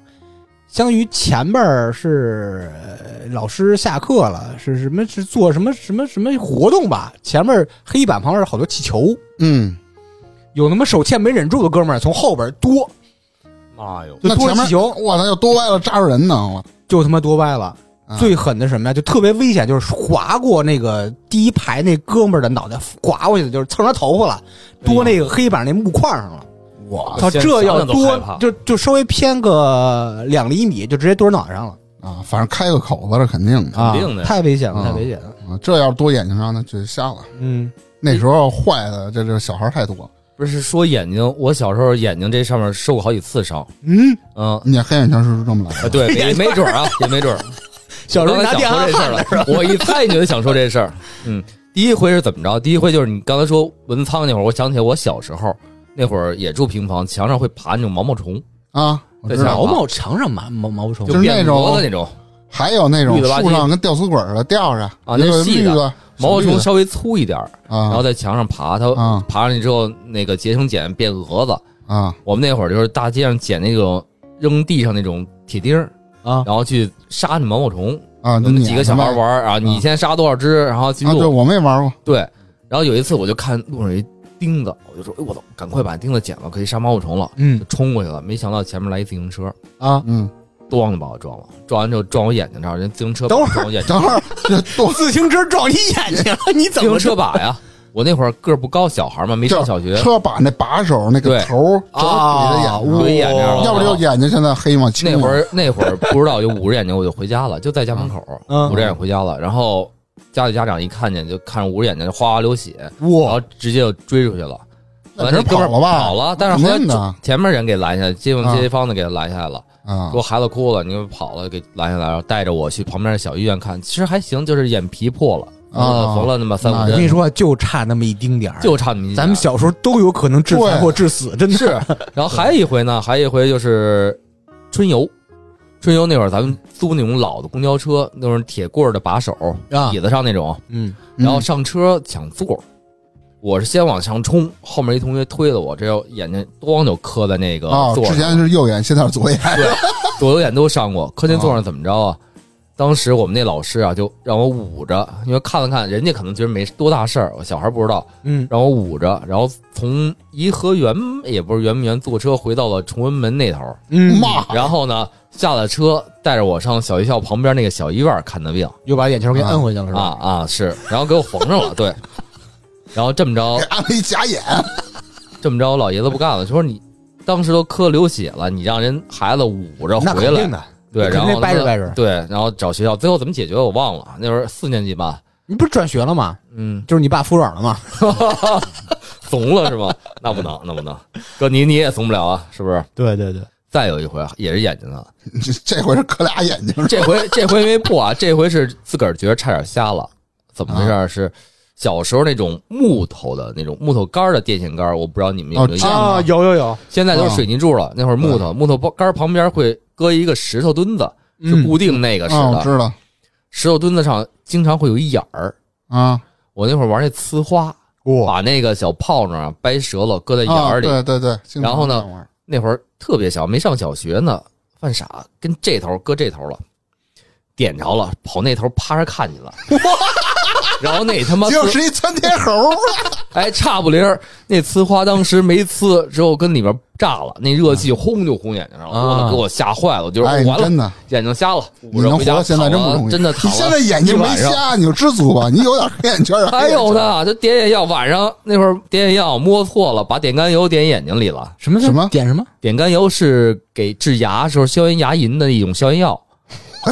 Speaker 3: 相当于前边儿是呃老师下课了，是什么是做什么什么什么活动吧？前面儿黑板旁边儿好多气球，
Speaker 1: 嗯，
Speaker 3: 有他妈手欠没忍住的哥们儿从后边儿多，
Speaker 2: 妈哟，
Speaker 3: 就
Speaker 1: 那
Speaker 3: 多
Speaker 1: 前
Speaker 3: 气
Speaker 1: 面
Speaker 3: 球
Speaker 1: 我操，要多歪了扎着人呢，我
Speaker 3: 就他妈多歪了。
Speaker 1: 啊
Speaker 3: 最狠的是什么呀？就特别危险，就是划过那个第一排那哥们儿的脑袋，划过去的就是蹭他头发了，多那个黑板那木块上了。
Speaker 1: 我
Speaker 3: 操，
Speaker 2: 现
Speaker 3: 这
Speaker 2: 想
Speaker 3: 要
Speaker 2: 想都害怕
Speaker 3: 多就就稍微偏个两厘米，就直接剁人脑袋上了
Speaker 1: 啊，反正开个口子是肯定的
Speaker 3: 啊
Speaker 2: 肯定的！呀嗯
Speaker 3: 太危险了，
Speaker 1: 啊
Speaker 3: 太危险了。
Speaker 1: 啊，这要是多眼睛上那就瞎了。
Speaker 3: 嗯，
Speaker 1: 那时候坏的这这小孩太多了，
Speaker 2: 不是说眼睛，我小时候眼睛这上面受过好几次伤，
Speaker 3: 嗯，
Speaker 2: 嗯。
Speaker 1: 你黑眼圈是这么来
Speaker 2: 啊，
Speaker 1: 的，
Speaker 2: 对，
Speaker 3: [LAUGHS]
Speaker 2: 没没准儿啊，也没准儿。
Speaker 3: 小时候
Speaker 2: 我
Speaker 3: 拿
Speaker 2: 刚才
Speaker 3: 电
Speaker 2: 想
Speaker 3: 焊
Speaker 2: 说这事儿
Speaker 3: 焊
Speaker 2: 了，
Speaker 3: [LAUGHS]
Speaker 2: 我一猜你就想说这事儿。嗯，第一回是怎么着？第一回就是你刚才说蚊子苍蝇那会儿，我想起来我小时候那会儿也住平房，墙上会爬那种毛毛虫，
Speaker 1: 啊，我知
Speaker 2: 对小
Speaker 1: 道
Speaker 3: 毛。毛墙上毛毛毛虫
Speaker 1: 就，是
Speaker 2: 变
Speaker 1: 那种
Speaker 2: 魔的那种
Speaker 1: 还有那种
Speaker 2: 绿的吧唧
Speaker 1: 树上跟吊死鬼似的吊着
Speaker 2: 啊
Speaker 1: 一
Speaker 2: 那
Speaker 1: 个
Speaker 2: 是细
Speaker 1: 绿
Speaker 2: 的
Speaker 1: 的
Speaker 2: 毛毛
Speaker 1: 小绿
Speaker 2: 虫，
Speaker 1: 的
Speaker 2: 稍微粗一点儿，然后
Speaker 1: 啊
Speaker 2: 在墙上爬，它
Speaker 1: 啊
Speaker 2: 爬上去之后，那个结成茧变蛾子。
Speaker 1: 啊
Speaker 2: 我们那会儿就是大街上捡那种扔地上那种铁钉儿
Speaker 3: 啊
Speaker 2: 然后去杀那毛毛虫。
Speaker 1: 啊！
Speaker 2: 我
Speaker 1: 就
Speaker 2: 们
Speaker 1: 撵
Speaker 2: 几个小
Speaker 1: 他
Speaker 2: 孩
Speaker 1: 们
Speaker 2: 儿玩儿啊，你先杀多少只，然后记
Speaker 1: 啊，对
Speaker 2: 录。
Speaker 1: 我没玩过，
Speaker 2: 对，然后有一次我就看路上有一钉子，我就说：“哎，我操，赶快把钉子剪了，可以杀毛毛虫了。”
Speaker 3: 嗯
Speaker 2: 就冲过去了，没想到前面来一自行车，
Speaker 3: 啊，
Speaker 1: 嗯，
Speaker 2: 咣就把我撞了，撞完之后撞我眼睛这儿，人自行车
Speaker 3: 等会儿
Speaker 2: 撞我眼
Speaker 1: [LAUGHS]
Speaker 2: 睛，
Speaker 1: 等会儿这
Speaker 2: [LAUGHS]
Speaker 1: 多
Speaker 3: 自行车撞你眼睛 [LAUGHS] 了，你
Speaker 2: 自
Speaker 3: 怎
Speaker 2: 行
Speaker 3: 么
Speaker 2: 车把呀。我那会儿个儿不高，小孩儿嘛，没上小学，
Speaker 1: 车把那把手那个
Speaker 2: 对
Speaker 1: 头儿
Speaker 2: 啊
Speaker 1: 折你的眼睛上
Speaker 2: 怼眼睛上了
Speaker 1: 啊要不就眼睛现在黑嘛，青
Speaker 2: 啊那
Speaker 1: 嘛
Speaker 2: 会儿那会儿不知道，就捂着眼睛我就回家了，就在家门口
Speaker 3: 嗯
Speaker 2: 捂着眼睛回家了。然后家里家长一看见，就看着捂着眼睛就哗哗流血，然后
Speaker 3: 哇
Speaker 2: 直接就追出去了。
Speaker 1: 那
Speaker 2: 完了
Speaker 1: 人跑了
Speaker 2: 哥们儿
Speaker 1: 吧
Speaker 2: 跑了，但是后来
Speaker 1: 肯定的
Speaker 2: 前面人给拦下来，街坊
Speaker 1: 啊
Speaker 2: 街坊的给拦下来了，
Speaker 1: 啊
Speaker 2: 说孩子哭了，你们跑了给拦下来，然后带着我去旁边的小医院看，其实还行，就是眼皮破了，
Speaker 1: 啊
Speaker 2: 呃缝了那么三
Speaker 1: 那
Speaker 2: 五
Speaker 3: 我跟
Speaker 2: 针
Speaker 3: 你，说，就差那么一丁点儿，
Speaker 2: 就差那么一点
Speaker 3: 咱们小时候都有可能致
Speaker 1: 对
Speaker 3: 残或致死，真的
Speaker 2: 是，然后还有一回呢，还有一回就是春游，春游那会儿咱们租那种老的公交车，那种铁棍儿的把手，
Speaker 3: [LAUGHS] 啊
Speaker 2: 椅，子上那种，
Speaker 3: 嗯，
Speaker 2: 然后上车抢座儿。我是先往上冲，后面一同学推了我，这要眼睛咣就磕在那个
Speaker 1: 哦，
Speaker 2: 座
Speaker 1: 之
Speaker 2: 上
Speaker 1: 前
Speaker 2: 了，
Speaker 1: 是右眼，现在是左眼，
Speaker 2: 左右眼都上过。磕那座上怎么着啊？当时我们那老师啊，就让我捂着，因为看了看，人家可能觉得没多大事儿，我小孩不知道，
Speaker 3: 嗯
Speaker 2: 让我捂着，然后从颐和园也不是圆明园坐车回到了崇文门那头，
Speaker 3: 嗯，
Speaker 1: 骂
Speaker 2: [LAUGHS] 然后呢，下了车，带着我上小学校旁边那个小医院看的病
Speaker 3: 又把眼球给摁回去了是
Speaker 2: 啊
Speaker 3: 吧？
Speaker 2: 啊是，然后给我缝上了，对，然后这么着
Speaker 1: 给安了一假眼， [LAUGHS]
Speaker 2: 这么着，我老爷子不干了，说你当时都磕流血了，你让人孩子捂着
Speaker 3: 那
Speaker 2: 回
Speaker 3: 肯
Speaker 2: 来
Speaker 3: 定，的，
Speaker 2: 对，
Speaker 3: 肯
Speaker 2: 然
Speaker 3: 定
Speaker 2: 后
Speaker 3: 掰扯
Speaker 2: 他
Speaker 3: 掰扯
Speaker 2: 对，然后找学校，最后怎么解决我忘了，那会儿四年级吧，
Speaker 3: 你不是转学了吗？
Speaker 2: 嗯，
Speaker 3: 就是你爸服软了吗？
Speaker 2: 怂了是吗？那不能，那不能，哥你你也怂不了啊，是不是？
Speaker 3: 对对对，
Speaker 2: 再有一回啊也是眼睛的，
Speaker 1: 这这回是磕俩眼睛是吧
Speaker 2: 这回这回没破啊，这回是自个儿觉得差点瞎了，怎么回事儿？是小时候那种木头的那种木头杆儿的电线杆儿，我不知道你们有没有
Speaker 1: 哦
Speaker 2: 印
Speaker 1: 这
Speaker 2: 象。
Speaker 1: 样吗
Speaker 3: 啊，有有有，
Speaker 2: 现在都是水泥柱了，那会儿木头木头杆儿旁边会搁一个石头墩子，是固定那个似
Speaker 1: 啊，我
Speaker 2: 的。
Speaker 1: 知道
Speaker 2: 石头墩子上经常会有一眼儿。
Speaker 1: 啊，
Speaker 2: 我那会儿玩那呲花，把那个小炮仗啊掰折了，搁在眼
Speaker 1: 啊
Speaker 2: 儿里。
Speaker 1: 对对对，经常
Speaker 2: 然后呢
Speaker 1: 这样玩
Speaker 2: 那会儿特别小，没上小学呢，犯傻，跟这头搁这头了，点着了，跑那头趴着
Speaker 1: [LAUGHS]
Speaker 2: 看去了。然后那他妈呲，
Speaker 1: 就是一窜天猴，
Speaker 2: 哎，差不离儿，那呲花当时没呲，之后跟里边炸了，那热气轰就轰眼睛上了，
Speaker 3: 啊
Speaker 2: 我操给我吓坏了，我就是、
Speaker 1: 啊哎，你
Speaker 2: 完了
Speaker 1: 真，的，
Speaker 2: 眼睛瞎了，
Speaker 1: [LAUGHS] 你
Speaker 2: 捂着
Speaker 1: 能活
Speaker 2: 回家
Speaker 1: 到现在真不
Speaker 2: 躺了
Speaker 1: 容易，
Speaker 2: 真的
Speaker 1: 你
Speaker 2: 躺了。
Speaker 1: 现在眼睛没
Speaker 2: 一晚上
Speaker 1: 瞎，你就知足
Speaker 2: [LAUGHS]
Speaker 1: 吧，你有点黑眼圈儿，
Speaker 2: 还有
Speaker 1: 黑眼圈儿
Speaker 2: 呢，就点眼药，晚上那会儿点眼药摸错了，把点肝油点眼睛里了。
Speaker 3: 什么
Speaker 1: 什么
Speaker 3: 点什么？
Speaker 2: 点肝油是给治牙时候消炎牙龈的一种消炎药，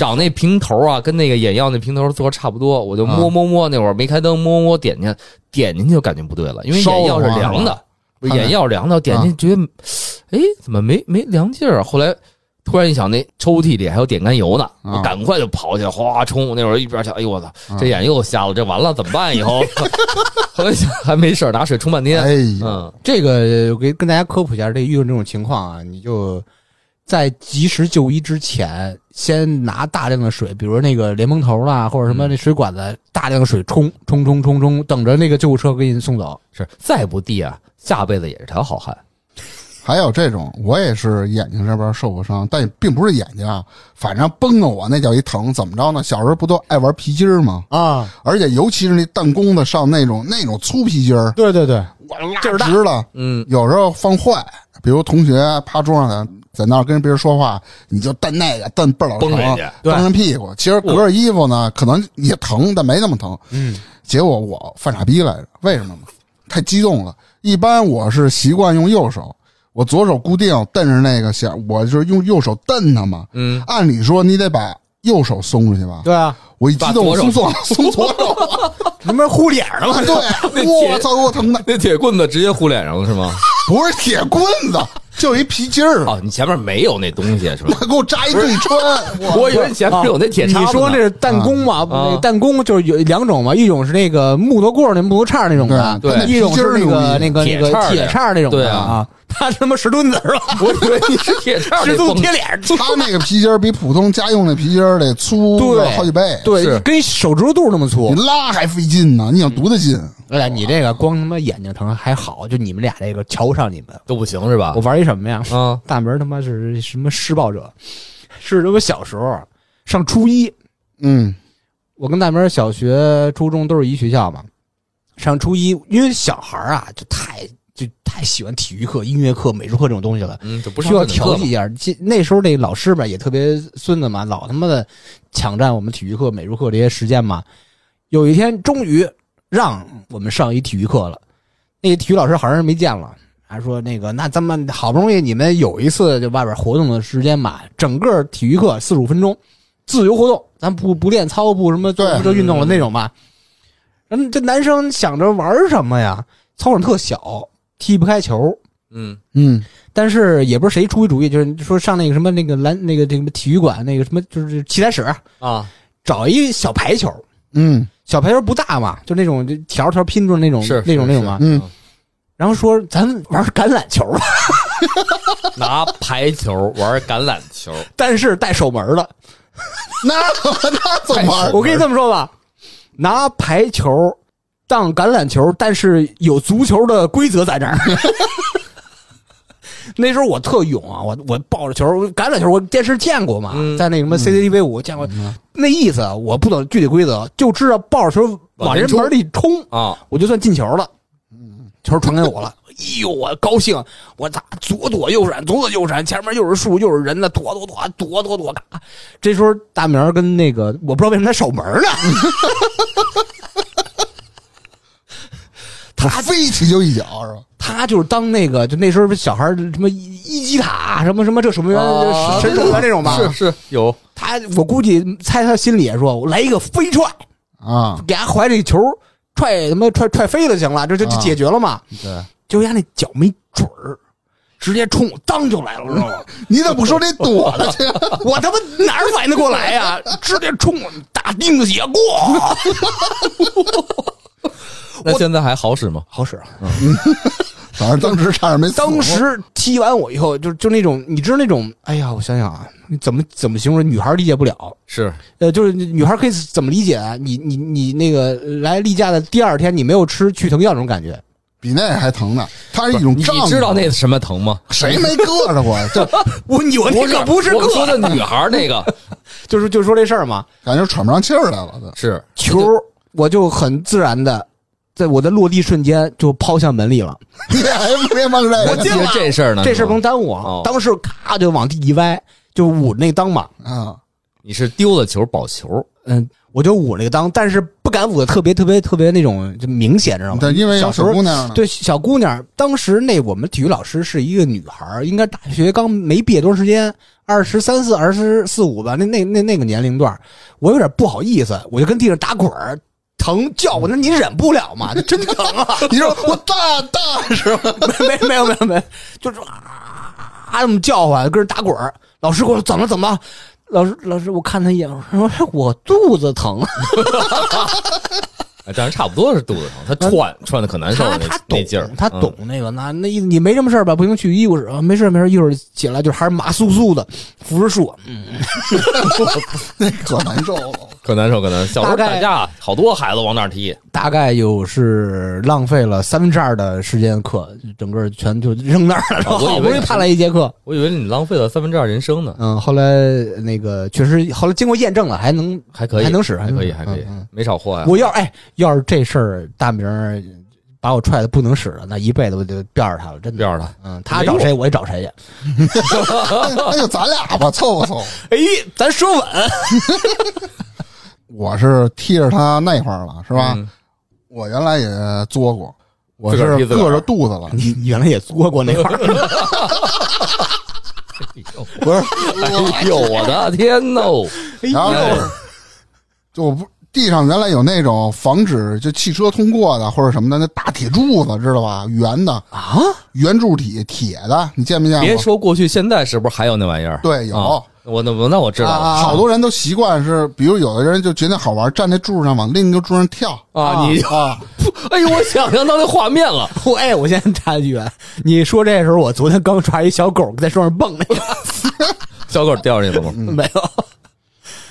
Speaker 2: 长那平头啊，跟那个眼药那平头做差不多，我就摸
Speaker 1: 啊
Speaker 2: 摸摸，那会儿没开灯，摸摸点去，点进去就感觉不对了，因为
Speaker 1: 烧
Speaker 2: 眼药是
Speaker 1: 了吗
Speaker 2: 凉的，不是
Speaker 1: [LAUGHS] 看着
Speaker 2: 眼药是凉的，点进去觉得，哎，怎么没没凉劲儿啊？后来突然一想，那抽屉里还有点干油呢，
Speaker 1: 啊
Speaker 2: 我赶快就跑起来，哗哗冲。那会儿一边想，哎呦我操，
Speaker 1: 啊
Speaker 2: 这眼又瞎了，这完了怎么办？以 [LAUGHS] 后后来想还没事儿拿水冲半天。
Speaker 1: 哎呀，
Speaker 2: 嗯，
Speaker 3: 这个呃我给跟大家科普一下，这遇到这种情况啊，你就在及时就医之前，先拿大量的水，比如那个莲蓬头啦，或者什么
Speaker 2: 嗯
Speaker 3: 那水管子，大量的水冲冲冲冲冲，等着那个救护车给你送走。
Speaker 2: 是再不地啊，下辈子也是条好汉。
Speaker 1: 还有这种，我也是眼睛这边受过伤，但也并不是眼睛啊，反正崩的我那叫一疼。怎么着呢？小时候不都爱玩皮筋儿吗？
Speaker 3: 啊，
Speaker 1: 而且尤其是那弹弓子上那种那种粗皮筋儿，
Speaker 3: 对对对，
Speaker 1: 我拉直了，
Speaker 2: 嗯，
Speaker 1: 有时候放坏，比如同学趴桌上在在那儿跟别人说话，你就蹬那个蹬倍儿老疼，
Speaker 2: 崩人
Speaker 1: 蹬
Speaker 2: 家
Speaker 3: 对
Speaker 1: 人屁股。其实隔着衣服呢，可能也疼，但没那么疼。
Speaker 3: 嗯，
Speaker 1: 结果我犯傻逼来着，为什么呢？太激动了。一般我是习惯用右手，我左手固定蹬着那个弦，我就是用右手蹬它嘛。
Speaker 2: 嗯，
Speaker 1: 按理说你得把右手松出去吧？
Speaker 3: 对 [LAUGHS] 啊，
Speaker 1: 我一激动，
Speaker 2: 把
Speaker 1: 我
Speaker 2: 左手
Speaker 1: 松错了，松左手
Speaker 2: [LAUGHS]
Speaker 1: 了。
Speaker 3: 你们护脸了吗？
Speaker 1: 对，我操，给我疼的，
Speaker 2: [LAUGHS] 那铁棍子直接糊脸上了是吗？
Speaker 1: 不是铁棍 [LAUGHS] 子，就一皮筋儿，
Speaker 2: 哦，你前面没有那东西是吧？
Speaker 1: 他给我扎一对穿。我
Speaker 2: [LAUGHS] 我以为你哦前面 [LAUGHS] 有那铁叉
Speaker 3: 啊你
Speaker 2: 子呢啊
Speaker 3: 说那是弹弓嘛？那个弹弓就是有两种嘛，一种是那个木头棍儿、那木头叉儿那种的，
Speaker 1: 对
Speaker 2: 对
Speaker 3: 一种是那个那个那
Speaker 2: 铁
Speaker 3: 个
Speaker 2: 叉儿的
Speaker 3: 铁叉儿那种
Speaker 2: 对
Speaker 3: 的
Speaker 2: 啊
Speaker 3: 啊，他他妈石墩子是吧？
Speaker 2: [LAUGHS] 我以为你是铁叉儿
Speaker 3: 石
Speaker 2: 那
Speaker 3: 墩
Speaker 2: 崩
Speaker 3: 子贴脸上，
Speaker 1: 他那个皮筋儿比普通家用的皮筋儿得粗了
Speaker 3: 对
Speaker 1: 好几倍，
Speaker 3: 对，
Speaker 2: 是
Speaker 3: 跟手指头肚儿那么粗
Speaker 1: 你。拉还费劲呢，你想多大劲？
Speaker 3: 哎呀，你这个光他妈眼睛疼还好，就你们俩这个瞧不上你们。
Speaker 2: 都不行是吧
Speaker 3: 我？玩一什么呀？
Speaker 2: 啊，
Speaker 3: 大门他妈是什么施暴者？是他妈小时候上初一，
Speaker 1: 嗯
Speaker 3: 我跟大明儿小学、初中都是一学校嘛。上初一，因为小孩儿啊，就太就太喜欢体育课、音乐课、美术课这种东西了，
Speaker 2: 嗯，就不上
Speaker 3: 需要
Speaker 2: 正经课
Speaker 3: 调
Speaker 2: 嘛
Speaker 3: 剂一下。这那时候这老师吧也特别孙子嘛，老他妈的抢占我们体育课、美术课这些时间嘛。有一天，终于让我们上一体育课了，那个体育老师好长时间没见了。还说那个，那咱们好不容易你们有一次就外边活动的时间嘛，整个体育课四十五分钟，自由活动，咱不不练操不什么做
Speaker 1: 对
Speaker 3: 不这运动了那种嘛。然后这男生想着玩什么呀？操场特小，踢不开球，
Speaker 2: 嗯，
Speaker 1: 嗯，
Speaker 3: 但是也不是谁出一主意，就是说上那个什么那个篮那个这个体育馆那个什么就是器材室
Speaker 2: 啊，
Speaker 3: 找一小排球，
Speaker 1: 嗯
Speaker 3: 小排球不大嘛，就那种就条条拼住那种
Speaker 2: 是
Speaker 3: 那种
Speaker 2: 是
Speaker 3: 那种嘛。
Speaker 1: 嗯，
Speaker 3: 然后说咱玩橄榄球吧，
Speaker 2: 拿排球玩橄榄球，
Speaker 3: 但是带手门的。
Speaker 1: 那那怎么玩？
Speaker 3: 我跟你这么说吧，拿排球当橄榄球，但是有足球的规则在
Speaker 2: [LAUGHS]
Speaker 3: 这儿。那时候我特勇啊，我我抱着球，橄榄球我电视见过嘛，
Speaker 2: 嗯
Speaker 3: 在那什么 CCTV 我见过，那意思啊我不懂具体规则，就知道抱着球往
Speaker 2: 往
Speaker 3: 人
Speaker 2: 前
Speaker 3: 门里冲，
Speaker 2: 啊，
Speaker 3: 我就算进球了。球传给我了，哎呦，我高兴！我咋左躲右闪，左躲右闪，前面又是树又是人的，躲躲躲躲躲躲，嘎！这时候大明儿跟那个，我不知道为什么他守门呢，
Speaker 1: 我
Speaker 3: 嗯
Speaker 1: 飞起就一脚是吧？
Speaker 3: 他就是当那个，就那时候小孩儿什么一一级塔什么什么这守门员、
Speaker 2: 啊
Speaker 3: 神守门员那种吧，
Speaker 2: 是是有，
Speaker 3: 他我估计猜他心里也说，我来一个飞踹，
Speaker 1: 啊，
Speaker 3: 给他怀里球踹他妈踹踹飞了，行了，这这这
Speaker 1: 啊
Speaker 3: 解决了嘛？
Speaker 1: 对，
Speaker 3: 就人家那脚没准儿，直接冲我当就来了，知道吗？
Speaker 1: 你怎么不说这躲着去？
Speaker 3: 我他妈哪儿反应得过来呀、直接冲我大钉血过，
Speaker 2: 那现在还好使吗？
Speaker 3: [LAUGHS] 好
Speaker 1: [LAUGHS]
Speaker 3: 使。啊
Speaker 1: 反正当时差点没死。
Speaker 3: 当时踢完我以后，就就那种，你知道那种，哎呀，我想想啊，你怎么怎么形容？女孩理解不了。
Speaker 2: 是
Speaker 3: 呃，就是女孩可以怎么理解啊？你你你那个来例假的第二天，你没有吃去疼药那种感觉，
Speaker 1: 比那还疼呢，它是一种
Speaker 2: 你
Speaker 1: 胀。
Speaker 2: 你知道那什么疼吗？
Speaker 1: 谁没硌着 [LAUGHS] 过？就
Speaker 3: 我你我那个不是
Speaker 2: 我说
Speaker 3: 个，
Speaker 2: 的女孩儿那个
Speaker 3: 就是就说这事儿嘛。
Speaker 1: 感觉喘不上气儿来了 [LAUGHS] 都。
Speaker 2: [LAUGHS] 是
Speaker 3: 球儿，我就很自然的，在我的落地瞬间就抛向门里了。
Speaker 1: 你还别忙这
Speaker 2: 我
Speaker 1: 个
Speaker 2: 记得这事
Speaker 1: 嗯
Speaker 2: 儿呢，
Speaker 3: 啊这事
Speaker 2: 是
Speaker 3: 儿
Speaker 2: 吗
Speaker 3: 甭耽误
Speaker 2: 哦
Speaker 3: 啊！当时咔就往地一歪，就捂那裆嘛，
Speaker 1: 啊！
Speaker 2: 你是丢了球保球，
Speaker 3: 嗯，我就捂那个裆，但是不敢捂的特别特别特别那种就明显，知道吗？
Speaker 1: 对，因为有
Speaker 3: 小时
Speaker 1: 小
Speaker 3: 候
Speaker 1: 姑娘呢，
Speaker 3: 对，小姑娘，当时那我们体育老师是一个女孩儿，应该大学刚没毕业多长时间，二十三四、二十四五吧，那那那那个年龄段儿，我有点不好意思，我就跟地上打滚儿，疼叫我，那你忍不了嘛？真疼啊！
Speaker 1: 你说我大大是吧？
Speaker 3: [LAUGHS] 啊没没没有没有没有，就是啊，这么叫唤，跟人打滚儿。老师给我怎么了怎么了？老师老师，我看他一眼，我说哎我肚子疼。啊
Speaker 2: 哎但是差不多是肚子疼，他串串的可难受
Speaker 3: 嗯
Speaker 2: 了，
Speaker 3: 他他
Speaker 2: 那
Speaker 3: 懂
Speaker 2: 那劲儿，
Speaker 3: [LAUGHS] 他
Speaker 2: 嗯
Speaker 3: 懂那个，那那意思你没什么事儿吧？不行，去医务室啊，没事儿没事儿，一会儿起来就还是麻酥酥的，扶着树，
Speaker 1: [LAUGHS] 那可难受了。
Speaker 2: 可难受，可难受。小时候打架，好多孩子往那儿踢，
Speaker 3: 大概有是浪费了三分之二的时间课，整个全就扔那儿了，然后
Speaker 2: 我以为
Speaker 3: 好不容易
Speaker 2: 你是
Speaker 3: 盼来一节课，
Speaker 2: 我以为你浪费了三分之二人生呢，
Speaker 3: 嗯，后来那个确实后来经过验证了，还能
Speaker 2: 还可以，
Speaker 3: 还能使，
Speaker 2: 还可以，
Speaker 3: 能
Speaker 2: 还
Speaker 3: 使
Speaker 2: 可以
Speaker 3: 嗯嗯，
Speaker 2: 没少啊祸呀。
Speaker 3: 我要哎，要是这事儿大明儿把我踹的不能使了，那一辈子我就吊着他了，真
Speaker 2: 这
Speaker 3: 的。
Speaker 2: 样的，
Speaker 3: 嗯，他
Speaker 2: 哎
Speaker 3: 找谁我也找谁去。
Speaker 1: 那就咱俩吧，凑合凑合。
Speaker 3: 哎，咱说稳，
Speaker 1: 我是踢着他那块儿了，是吧？
Speaker 2: 嗯
Speaker 1: 我原来也作过，我
Speaker 2: 自个儿
Speaker 1: 是
Speaker 2: 踢自个儿
Speaker 1: 硌着肚
Speaker 2: [LAUGHS]
Speaker 1: 子了，
Speaker 3: [LAUGHS] 你你原来也作过那块儿，
Speaker 1: 不是，
Speaker 2: 哎呦，我的 [LAUGHS] 天呐！
Speaker 3: [LAUGHS]
Speaker 1: 然后
Speaker 2: 哎
Speaker 1: 就我不地上原来有那种防止就汽车通过的或者什么的那大铁柱子，知道吧？圆的
Speaker 3: 啊，
Speaker 1: 圆柱体铁的，你见没见过？
Speaker 2: 别说过去，现在是不是还有那啊玩意儿？
Speaker 1: 对有
Speaker 2: 啊我那我那我知道了
Speaker 1: 啊好多人都习惯是，比如有的人就觉得好玩，站在柱上往另一个柱上跳
Speaker 2: 啊，你
Speaker 1: 啊，
Speaker 2: 哎呦，我想象到那画面了，
Speaker 3: 我哎，我先插一句啊，你说这时候，我昨天刚抓一小狗在树上蹦那个，
Speaker 2: [LAUGHS] 小狗掉进去了吗？
Speaker 3: 没有，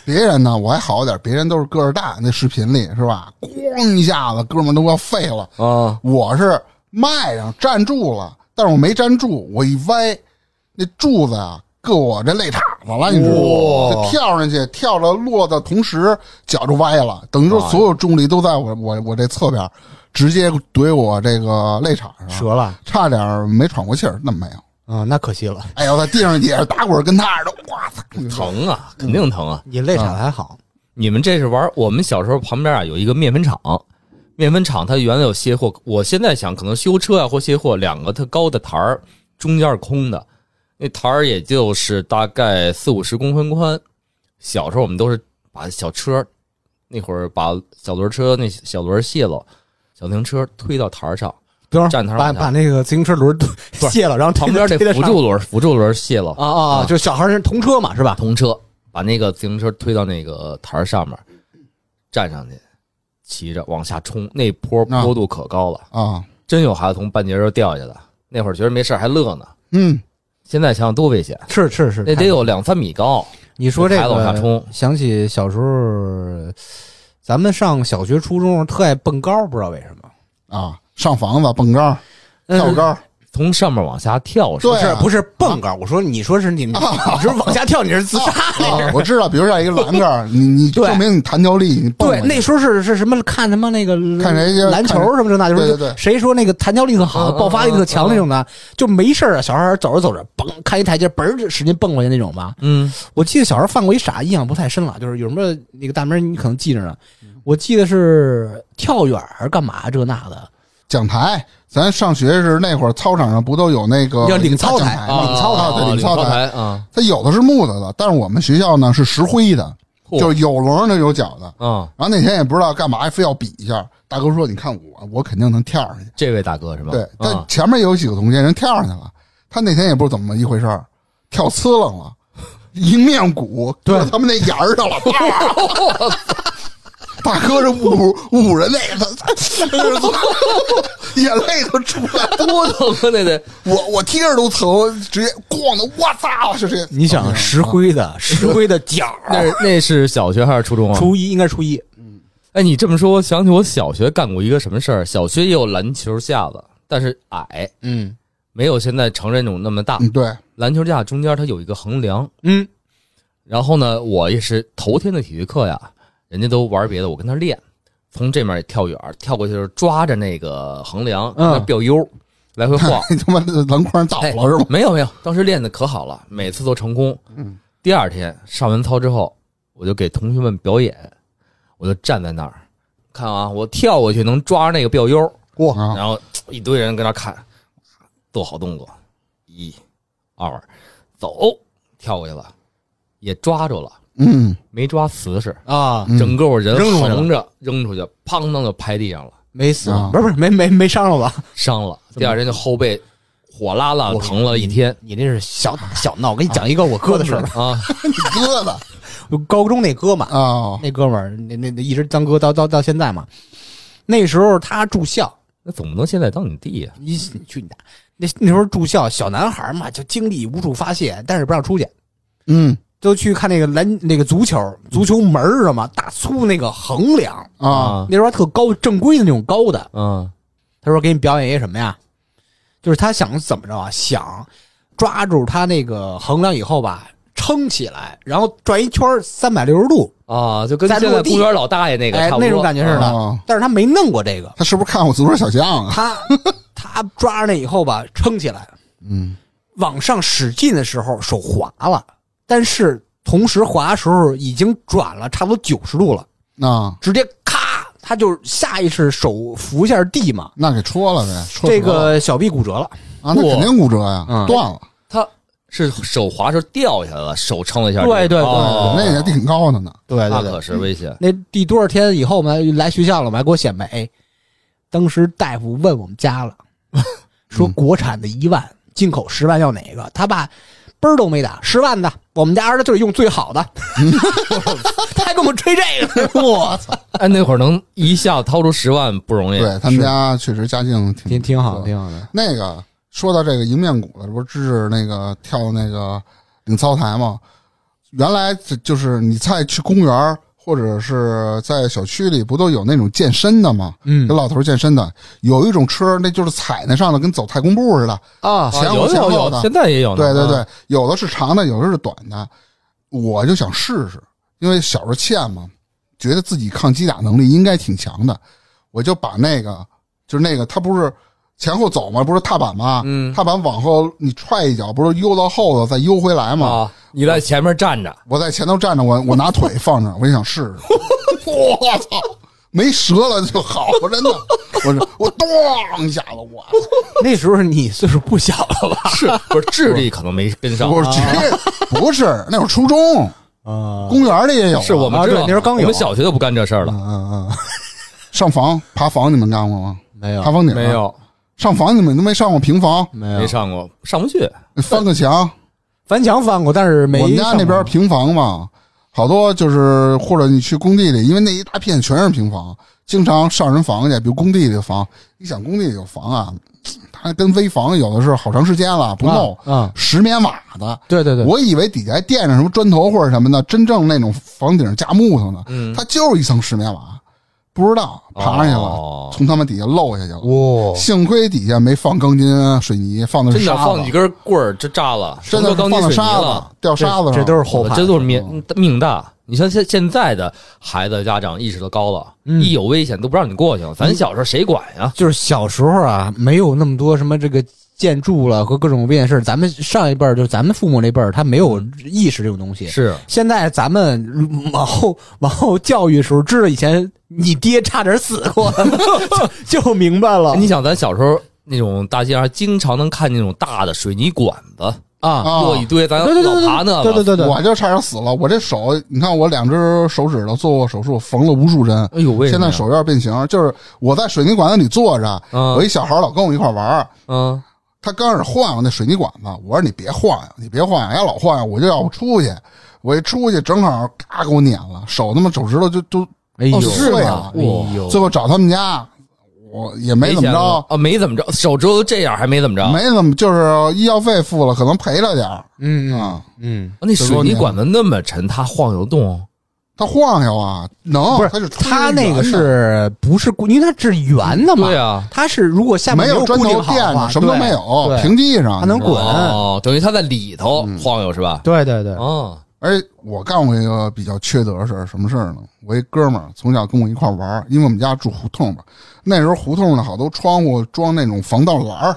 Speaker 1: 别人呢我还好点，别人都是个儿大，那视频里是吧？咣一下子，哥们儿都要废了。
Speaker 2: 啊，
Speaker 1: 我是迈上站住了，但是我没站住，我一歪，那柱子啊硌我这肋叉子了，你知道吗？
Speaker 2: 哇
Speaker 1: 就跳上去，跳着落的同时脚就歪了，等于说所有重力都在我我我这侧边，直接怼我这个肋叉
Speaker 2: 嗯
Speaker 1: 上，
Speaker 3: 折了啊、
Speaker 1: 差点没喘过气儿，那没有。
Speaker 3: 那可惜了，
Speaker 1: 哎呦，在地上也是打滚儿跟那儿的，哇操！
Speaker 2: 疼啊，肯定疼啊！
Speaker 3: 你肋叉子还好，
Speaker 2: 你们这是玩我们小时候旁边啊有一个面粉厂，面粉厂它原来有卸货，我现在想可能修车啊或卸货，两个特高的台儿，中间是空的，那台儿也就是大概四五十公分宽。小时候我们都是把小车，那会儿把小轮车那小轮卸了，小自行车推到台儿上，
Speaker 3: 等会儿
Speaker 2: 站台儿
Speaker 3: 把
Speaker 2: 往下
Speaker 3: 把那个自行车轮都
Speaker 2: 是
Speaker 3: 卸了，然后
Speaker 2: 旁边
Speaker 3: 这
Speaker 2: 这辅助轮辅助轮卸了，
Speaker 3: 啊啊，啊就小孩儿是童车嘛，是吧？
Speaker 2: 童车，把那个自行车推到那个台儿上面，站上去，骑着往下冲，那坡
Speaker 1: 啊
Speaker 2: 坡度可高了，
Speaker 1: 啊，
Speaker 2: 真有孩子从半截儿掉下来，那会儿觉得没事儿还乐呢，
Speaker 1: 嗯，
Speaker 2: 现在想想多危险，
Speaker 3: 是是是，
Speaker 2: 那得有两三米高，
Speaker 3: 你说这
Speaker 2: 孩子往下
Speaker 3: 个，
Speaker 2: 冲，
Speaker 3: 想起小时候，咱们上小学、初中特爱蹦高，不知道为什么。
Speaker 1: 啊，上房子蹦高，跳高，
Speaker 2: 从上面往下跳是吧
Speaker 1: 对啊
Speaker 3: 是嗯不是蹦高？我说你说是你们，你是往下跳，你是自杀那是。
Speaker 1: 啊我知道，比如像一个栏杆儿，你你
Speaker 3: 对
Speaker 1: 证明你弹跳力，你蹦
Speaker 3: [LAUGHS] 对，
Speaker 1: 过去
Speaker 3: 那时候是是什么？看他妈那个
Speaker 1: 看谁家
Speaker 3: 篮球
Speaker 1: 看
Speaker 3: 什么这那，就是
Speaker 1: 对对对
Speaker 3: 谁说那个弹跳力特好、
Speaker 2: 嗯嗯
Speaker 3: 爆发力特强那种的，就没事儿啊。小孩儿走着走着，嘣，看一台阶，嘣儿就使劲蹦过去那种吧。
Speaker 2: 嗯，
Speaker 3: 我记得小时候犯过一傻，印象不太深了，就是有什么那个大名儿你可能记着呢。我记得是跳远还是干嘛这那的，
Speaker 1: 讲台，咱上学时那会儿，操场上不都有那个
Speaker 3: 叫领操台
Speaker 1: 大讲吗
Speaker 2: 啊
Speaker 1: 领操
Speaker 2: 啊
Speaker 1: 台，对，
Speaker 2: 领
Speaker 1: 操台。
Speaker 2: 台啊，
Speaker 1: 它有的是木头的，但是我们学校呢是石灰的，
Speaker 2: 嚯
Speaker 1: 就是有棱的有角的。
Speaker 2: 啊，
Speaker 1: 然后那天也不知道干嘛，非要比一下。大哥说：“你看我，我肯定能跳上去。
Speaker 2: 这位大哥是”吗？
Speaker 1: 对，但
Speaker 2: 啊，
Speaker 1: 前面有几个同学人跳上去了，他那天也不知道怎么一回事儿，跳呲楞了，一面鼓对他们那沿儿上了。啪大哥这捂捂着那个，他 [LAUGHS] 眼泪都出来了。
Speaker 2: 多疼啊那得，
Speaker 1: 我我贴着都疼，直接咣的，我操！就这，
Speaker 3: 你想石灰的，石灰的角儿， [LAUGHS]
Speaker 2: 那那是小学还是初中啊？
Speaker 3: 初一应该是初一，
Speaker 2: 哎，你这么说，我想起我小学干过一个什么事儿。小学也有篮球架子，但是矮，
Speaker 3: 嗯
Speaker 2: 没有现在成人那种那么大。
Speaker 1: 嗯，对，。
Speaker 2: 篮球架中间它有一个横梁，
Speaker 3: 嗯，
Speaker 2: 然后呢，我也是头天的体育课呀，人家都玩别的，我跟他练，从这面跳远，跳过去就是抓着那个横梁，
Speaker 3: 嗯
Speaker 2: 那标 U，来回晃
Speaker 1: 你他妈的篮筐倒了
Speaker 2: 哎
Speaker 1: 是吗？
Speaker 2: [LAUGHS] 没有没有，当时练的可好了，每次都成功。
Speaker 1: 嗯，
Speaker 2: 第二天上完操之后，我就给同学们表演，我就站在那儿，看啊，我跳过去能抓着那个标 U，
Speaker 1: 哇啊！
Speaker 2: 然后一堆人跟那看，做好动作，一、二，走，跳过去了，也抓住了，
Speaker 1: 嗯， [LAUGHS]
Speaker 2: 没抓瓷实，
Speaker 3: 啊，
Speaker 1: 嗯
Speaker 2: 整个我人
Speaker 3: 扔出去了
Speaker 2: 横着扔出去，砰当就拍地上了，
Speaker 3: 没死
Speaker 1: 啊
Speaker 3: 吧，不是不是没没没伤了吧？
Speaker 2: 伤了。第二天就后背火辣辣疼了一天
Speaker 3: [LAUGHS] 你这是小 [LAUGHS] 小闹，我给你讲一个我哥的事儿。
Speaker 2: [LAUGHS] 啊，
Speaker 1: 哥的
Speaker 3: 我高中那哥嘛，
Speaker 1: 啊，
Speaker 3: 那哥们儿那那那一直当哥到到到现在嘛。那时候他住校，
Speaker 2: 那总不能现在当你弟呀？
Speaker 3: 你你去你大！那那时候住校，小男孩嘛，就精力无处发泄，但是不让出去，
Speaker 1: 嗯
Speaker 3: 都去看那个篮那个足球，足球门儿知道吗？大粗那个横梁，
Speaker 1: 啊，
Speaker 3: 那时候还特高，正规的那种高的。
Speaker 2: 啊
Speaker 3: 他说给你表演一什么呀？就是他想怎么着啊？想抓住他那个横梁以后吧，撑起来，然后转一圈三百六十度，
Speaker 2: 啊，就跟
Speaker 3: 在
Speaker 2: 现
Speaker 3: 落
Speaker 2: 在
Speaker 3: 地
Speaker 2: 公园老大爷那个
Speaker 3: 哎
Speaker 2: 差，不多啊
Speaker 3: 那种感觉似的。
Speaker 1: 哦
Speaker 3: 但是他没弄过这个，
Speaker 1: 他是不是看我足球小将啊？
Speaker 3: 他他抓着那以后吧，撑起来，
Speaker 1: 嗯，
Speaker 3: 往上使劲的时候手滑了，但是同时滑的时候已经转了差不多九十度了，
Speaker 1: 那
Speaker 3: 直接咔，他就下意识手扶一下地嘛，
Speaker 1: 那给戳了呗，戳
Speaker 3: 这
Speaker 1: 折了
Speaker 3: 个小臂骨折了，
Speaker 1: 啊，那肯定骨折呀，
Speaker 3: 嗯
Speaker 1: 断了，
Speaker 2: 他是手滑时候掉下来了，手撑了一下。
Speaker 3: 对对对
Speaker 2: 哦
Speaker 1: 那也挺高的呢。
Speaker 3: 对
Speaker 2: 那可是危险。
Speaker 3: 那第多少天以后嘛，来学校了嘛，还给我显摆。哎，当时大夫问我们家了，说国产的一万，进口十万要哪个？他爸嘚儿都没打，十万的，我们家儿子就是用最好的。他还跟我们吹这个，
Speaker 1: 我操！
Speaker 2: [LAUGHS] 哎，那会儿能一下掏出十万不容易。
Speaker 1: 对他们家确实家境 [LAUGHS] 挺不错
Speaker 3: 好的。
Speaker 1: 那个说到这个迎面骨了，这不是芝芝那个跳那个领操台吗？原来这就是你再去公园儿或者是在小区里，不都有那种健身的吗？
Speaker 3: 嗯
Speaker 1: 有老头儿健身的，有一种车，那就是踩那上头跟走太空步似的，
Speaker 2: 啊，
Speaker 1: 前后
Speaker 2: 有
Speaker 1: 前
Speaker 2: 有
Speaker 1: 后的
Speaker 2: 有，现在也有呢。
Speaker 1: 对对
Speaker 2: 啊
Speaker 1: 对，有的是长的，有的是短的。我就想试试，因为小时候欠嘛，觉得自己抗击打能力应该挺强的，我就把那个就是那个，它不是前后走嘛，不是踏板嘛，
Speaker 2: 嗯
Speaker 1: 踏板往后你踹一脚，不是悠到后头再悠回来嘛？
Speaker 2: 啊，你在前面站着，
Speaker 1: 我在前头站着，我我拿腿放着，我就想试试。我操！没折了就好，真的，我是我咚一下子，我操
Speaker 3: [LAUGHS] 那时候你岁数不小了吧？
Speaker 2: [LAUGHS] 是不是智力可能没跟上？啊
Speaker 1: 我是绝不是那会儿初中，
Speaker 3: 啊，
Speaker 1: 公园里也有啊，
Speaker 2: 是我们
Speaker 3: 啊
Speaker 2: 知
Speaker 3: 对
Speaker 2: 道，
Speaker 3: 那时候刚有
Speaker 2: 我们小学都不干这事儿了，
Speaker 3: 嗯嗯，
Speaker 1: 上房爬房，你们干过吗？
Speaker 3: 没
Speaker 1: 爬房顶啊
Speaker 2: 没有
Speaker 1: 上房，你们都没上过平房，
Speaker 3: 没
Speaker 2: 啊没上过，上不去。
Speaker 1: 翻个墙。
Speaker 3: 翻墙翻过，但是没
Speaker 1: 我们家那边平房嘛，好多就是或者你去工地里，因为那一大片全是平房，经常上人房去，比如工地里的房。你想工地里有房啊，它跟危房有的是好长时间了不弄，
Speaker 3: 啊，
Speaker 1: 石棉瓦的。
Speaker 3: 对对对，
Speaker 1: 我以为底下还垫着什么砖头或者什么的，真正那种房顶加木头呢，
Speaker 2: 嗯，
Speaker 1: 它就是一层石棉瓦，不知道爬上去了，
Speaker 2: 哦
Speaker 1: 从他们底下漏下去了。
Speaker 3: 哇，
Speaker 1: 幸亏底下没放钢筋啊、水泥，放的是
Speaker 2: 真的
Speaker 1: 沙
Speaker 2: 放
Speaker 1: 子
Speaker 2: 几，根棍儿就炸了，
Speaker 1: 真的
Speaker 2: 什么
Speaker 1: 是
Speaker 2: 都
Speaker 1: 放
Speaker 2: 钢筋
Speaker 1: 的
Speaker 2: 水泥
Speaker 1: 沙
Speaker 2: 了，
Speaker 1: 子，掉沙子上。
Speaker 3: 这都是后
Speaker 2: 我
Speaker 3: 怕，
Speaker 2: 这都是命命大。你像现现在的孩子家长意识都高了，
Speaker 3: 嗯
Speaker 2: 一有危险都不让你过去了。咱小时候谁管呀？
Speaker 3: 就是小时候啊，没有那么多什么这个建筑了和各种危险事儿。咱们上一辈儿，就是咱们父母那辈儿，他没有意识这种东西。
Speaker 2: 是
Speaker 3: 现在咱们嗯往后往后教育的时候，知道以前你爹差点死过，就就明白了。
Speaker 2: 你想，咱小时候那种大街上经常能看见那种大的水泥管子
Speaker 3: 啊，
Speaker 1: 啊
Speaker 2: 落一堆，咱
Speaker 3: 对对对
Speaker 2: 老爬那个。
Speaker 3: 对对对对，
Speaker 1: 我就差点死了，我这手，你看我两只手指头做过手术，缝了无数针，
Speaker 2: 哎呦，为什
Speaker 1: 现
Speaker 2: 么
Speaker 1: 在
Speaker 2: 呀
Speaker 1: 手有点变形。就是我在水泥管子里坐着，
Speaker 2: 嗯
Speaker 1: 我一小孩老跟我一块玩儿，
Speaker 2: 嗯
Speaker 1: 他刚开始晃悠那水泥管子，我说你别晃悠，你别晃悠，人家老晃悠，我就要不出去。我一出去，正好咔给我撵了，手他妈手指头就都
Speaker 3: 哎呦，
Speaker 1: 哦是吗
Speaker 3: 哎呦，
Speaker 1: 最后找他们家，我也没怎么
Speaker 2: 钱
Speaker 1: 着
Speaker 2: 了，啊？没怎么着，手指头都这样还没怎么
Speaker 3: 啊
Speaker 2: 着。啊
Speaker 1: 没怎么，就是医药费付了，可能赔了点儿
Speaker 3: 嗯嗯
Speaker 1: 啊。
Speaker 3: 嗯，
Speaker 2: 那水泥管子那么沉，它晃悠动，
Speaker 1: 他晃悠啊，能，
Speaker 3: 不是
Speaker 1: 他是出于
Speaker 3: 他那
Speaker 1: 原
Speaker 3: 个
Speaker 1: 因
Speaker 3: 是不是固？因为它是圆的嘛，
Speaker 2: 对啊，
Speaker 3: 它是如果下面
Speaker 1: 没有砖
Speaker 3: 固定
Speaker 1: 头
Speaker 3: 好
Speaker 1: 垫
Speaker 3: 的
Speaker 1: 着，
Speaker 3: 话，
Speaker 1: 什么都
Speaker 3: 对
Speaker 1: 没有，
Speaker 3: 对
Speaker 1: 平地上
Speaker 3: 它能滚
Speaker 2: 哦，等于它在里头晃悠是吧？
Speaker 3: 对对对，
Speaker 2: 哦，
Speaker 1: 而且我干过一个比较缺德的事儿，什么事儿呢？我一哥们儿从小跟我一块儿玩儿，因为我们家住胡同嘛，那时候胡同呢好多窗户装那种防盗栏儿，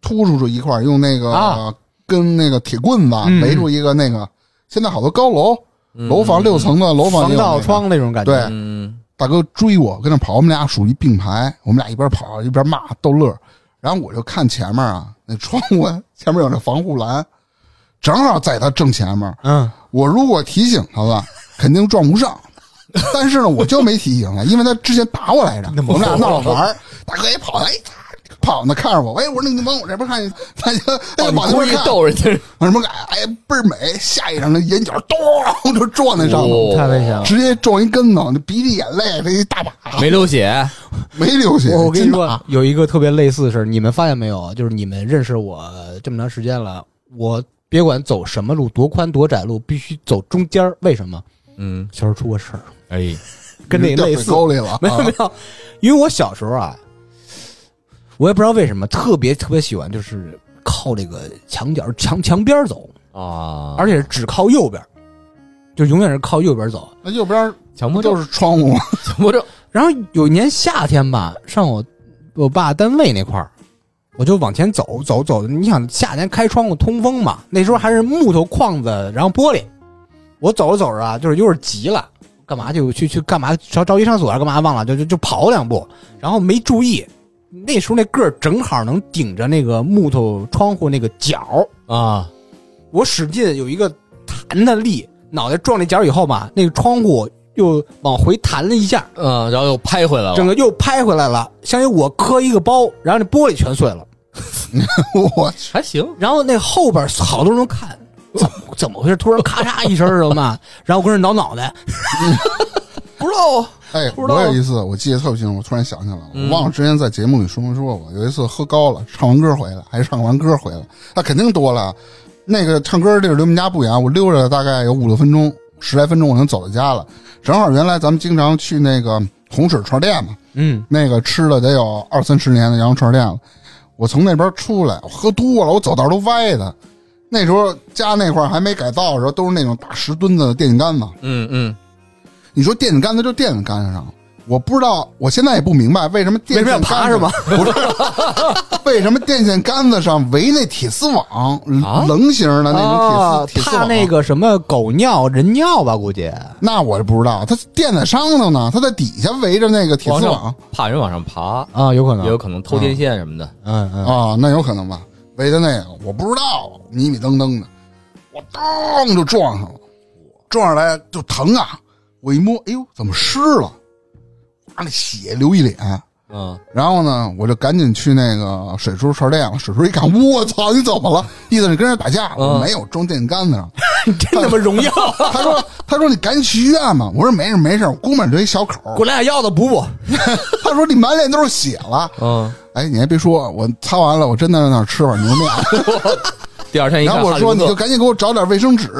Speaker 1: 突出去一块儿用那个、
Speaker 3: 啊
Speaker 1: 跟那个铁棍子
Speaker 3: 嗯
Speaker 1: 围住一个那个。现在好多高楼
Speaker 2: 嗯
Speaker 1: 楼房六层的楼房也有那
Speaker 3: 防盗
Speaker 1: 个
Speaker 3: 窗那种感觉。
Speaker 1: 对
Speaker 2: 嗯，
Speaker 1: 大哥追我，跟那跑，我们俩属于并排，我们俩一边跑一边骂逗乐儿。然后我就看前面啊，那窗户 [LAUGHS] 前面有那防护栏，正好在他正前面。
Speaker 3: 嗯，
Speaker 1: 我如果提醒他了，肯定撞不上。但是呢，我就没提醒他，因为他之前打我来着，我们俩闹着玩儿，大哥一跑，哎，他跑呢，看着我，哎，我说你往我这边看，他就哎
Speaker 2: 哦你
Speaker 1: 往那
Speaker 2: 故
Speaker 1: 边
Speaker 2: 意
Speaker 1: 看，
Speaker 2: 逗人家，
Speaker 1: 往什么改？哎，倍儿美！下一张，那眼角咚就撞在上面，
Speaker 2: 哦
Speaker 3: 太危险了。
Speaker 1: 直接撞一跟头，那鼻涕眼泪这一大把，
Speaker 2: 没流血，
Speaker 1: 没流血。啊
Speaker 3: 我我跟
Speaker 1: 金
Speaker 3: 你
Speaker 1: 马
Speaker 3: 说，有一个特别类似的事儿，你们发现没有？啊就是你们认识我这么长时间了，我别管走什么路，多宽多窄路，必须走中间儿。为什么？
Speaker 2: 嗯，
Speaker 3: 小时候出过事儿，
Speaker 2: 哎，
Speaker 3: 跟那
Speaker 1: 你掉
Speaker 3: 类
Speaker 1: 水
Speaker 3: 似。
Speaker 1: 沟里了，
Speaker 3: [LAUGHS] 没有
Speaker 1: 啊
Speaker 3: 没有，因为我小时候啊，我也不知道为什么特别特别喜欢，就是靠这个墙角墙墙边儿走，
Speaker 2: 啊，
Speaker 3: 而且只靠右边儿，就永远是靠右边儿走。
Speaker 1: 那右边
Speaker 2: 强
Speaker 1: 不
Speaker 2: 迫症
Speaker 1: 都，是窗户吗？
Speaker 2: 强迫症，
Speaker 3: 然后有一年夏天吧，上我我爸单位那块儿，我就往前走走走。你想夏天开窗户通风嘛，那时候还是木头框子，然后玻璃。我走着走着啊，就是有点急了，干嘛就去去干嘛着着急上厕所啊还是干嘛忘了，就就就跑两步，然后没注意。那时候那个儿正好能顶着那个木头窗户那个角
Speaker 2: 啊，
Speaker 3: 我使劲有一个弹的力，脑袋撞那角以后吧，那个窗户又往回弹了一下，
Speaker 2: 嗯，然后又拍回来
Speaker 3: 整
Speaker 2: 了，
Speaker 3: 个又拍回来了，相当于我磕一个包，然后那玻璃全碎了，
Speaker 1: 我
Speaker 2: 还行，
Speaker 3: 然后那后边好多人都看，怎么怎么回事？突然咔嚓一声什 [LAUGHS] 么，然后我跟人挠脑袋，不知 [LAUGHS] 道啊，
Speaker 1: 哎，
Speaker 3: 不知道
Speaker 1: 我有一次我记得特别清楚，我突然想起来了，
Speaker 2: 嗯
Speaker 1: 我忘了之前在节目里说没说过。有一次喝高了，唱完歌回来，还是唱完歌回来，那肯定多了。那个唱歌地儿离我们家不远，我溜达了大概有五六分钟，十来分钟我能走到家了。正好原来咱们经常去那个红水串店嘛，
Speaker 3: 嗯，
Speaker 1: 那个吃了得有二三十年的羊肉串店了。我从那边出来，我喝多了，我走道都歪的。那时候家那块儿还没改造的时候，都是那种大石墩子的电线杆子，
Speaker 2: 嗯嗯，
Speaker 1: 你说电线杆子就电线杆子上，我不知道，我现在也不明白为什么电
Speaker 3: 为
Speaker 1: 线
Speaker 3: 什么要
Speaker 1: 杆子
Speaker 3: 爬是吗？？
Speaker 1: 不是，为什么电线杆子上围那铁丝网，
Speaker 2: 啊
Speaker 1: 棱形的那
Speaker 3: 啊
Speaker 1: 种铁丝、铁丝
Speaker 3: 怕
Speaker 1: 网？
Speaker 3: 那个什么狗尿人尿吧，估计
Speaker 1: 那我就不知道，它垫在上头呢，它在底下围着那个铁
Speaker 2: 往
Speaker 1: 丝
Speaker 2: 上
Speaker 1: 网
Speaker 2: 怕人往上爬，
Speaker 3: 啊，有可能
Speaker 2: 也有，可能偷电线什么的，
Speaker 3: 嗯嗯，
Speaker 1: 啊，那有可能吧？围着那个，我不知道，迷迷瞪瞪的，我当就撞上了，撞上来就疼啊！我一摸，哎呦，怎么湿了？哇，那血流一脸。
Speaker 2: 嗯，
Speaker 1: 然后呢，我就赶紧去那个水叔串店了。水叔一看，我操，你怎么了？意思是跟人打架。我说没有，撞电线杆子上。
Speaker 3: 真他妈
Speaker 2: [LAUGHS]
Speaker 3: 荣耀，
Speaker 1: 他说， [LAUGHS] 他说你赶紧去医院吧。我说没事没事，我估摸着就一小口。
Speaker 3: 我来俩药子补补，
Speaker 1: 他说你满脸都是血了。
Speaker 2: 嗯，
Speaker 1: 哎，你还别说，我擦完了，我真的在那儿吃碗牛 [LAUGHS] 面。
Speaker 2: 第二天一
Speaker 1: 然
Speaker 2: 看，哎
Speaker 1: 后我说
Speaker 2: 哈利
Speaker 1: 你
Speaker 2: 波
Speaker 1: 就
Speaker 2: 特
Speaker 1: 赶紧给我找点卫生纸，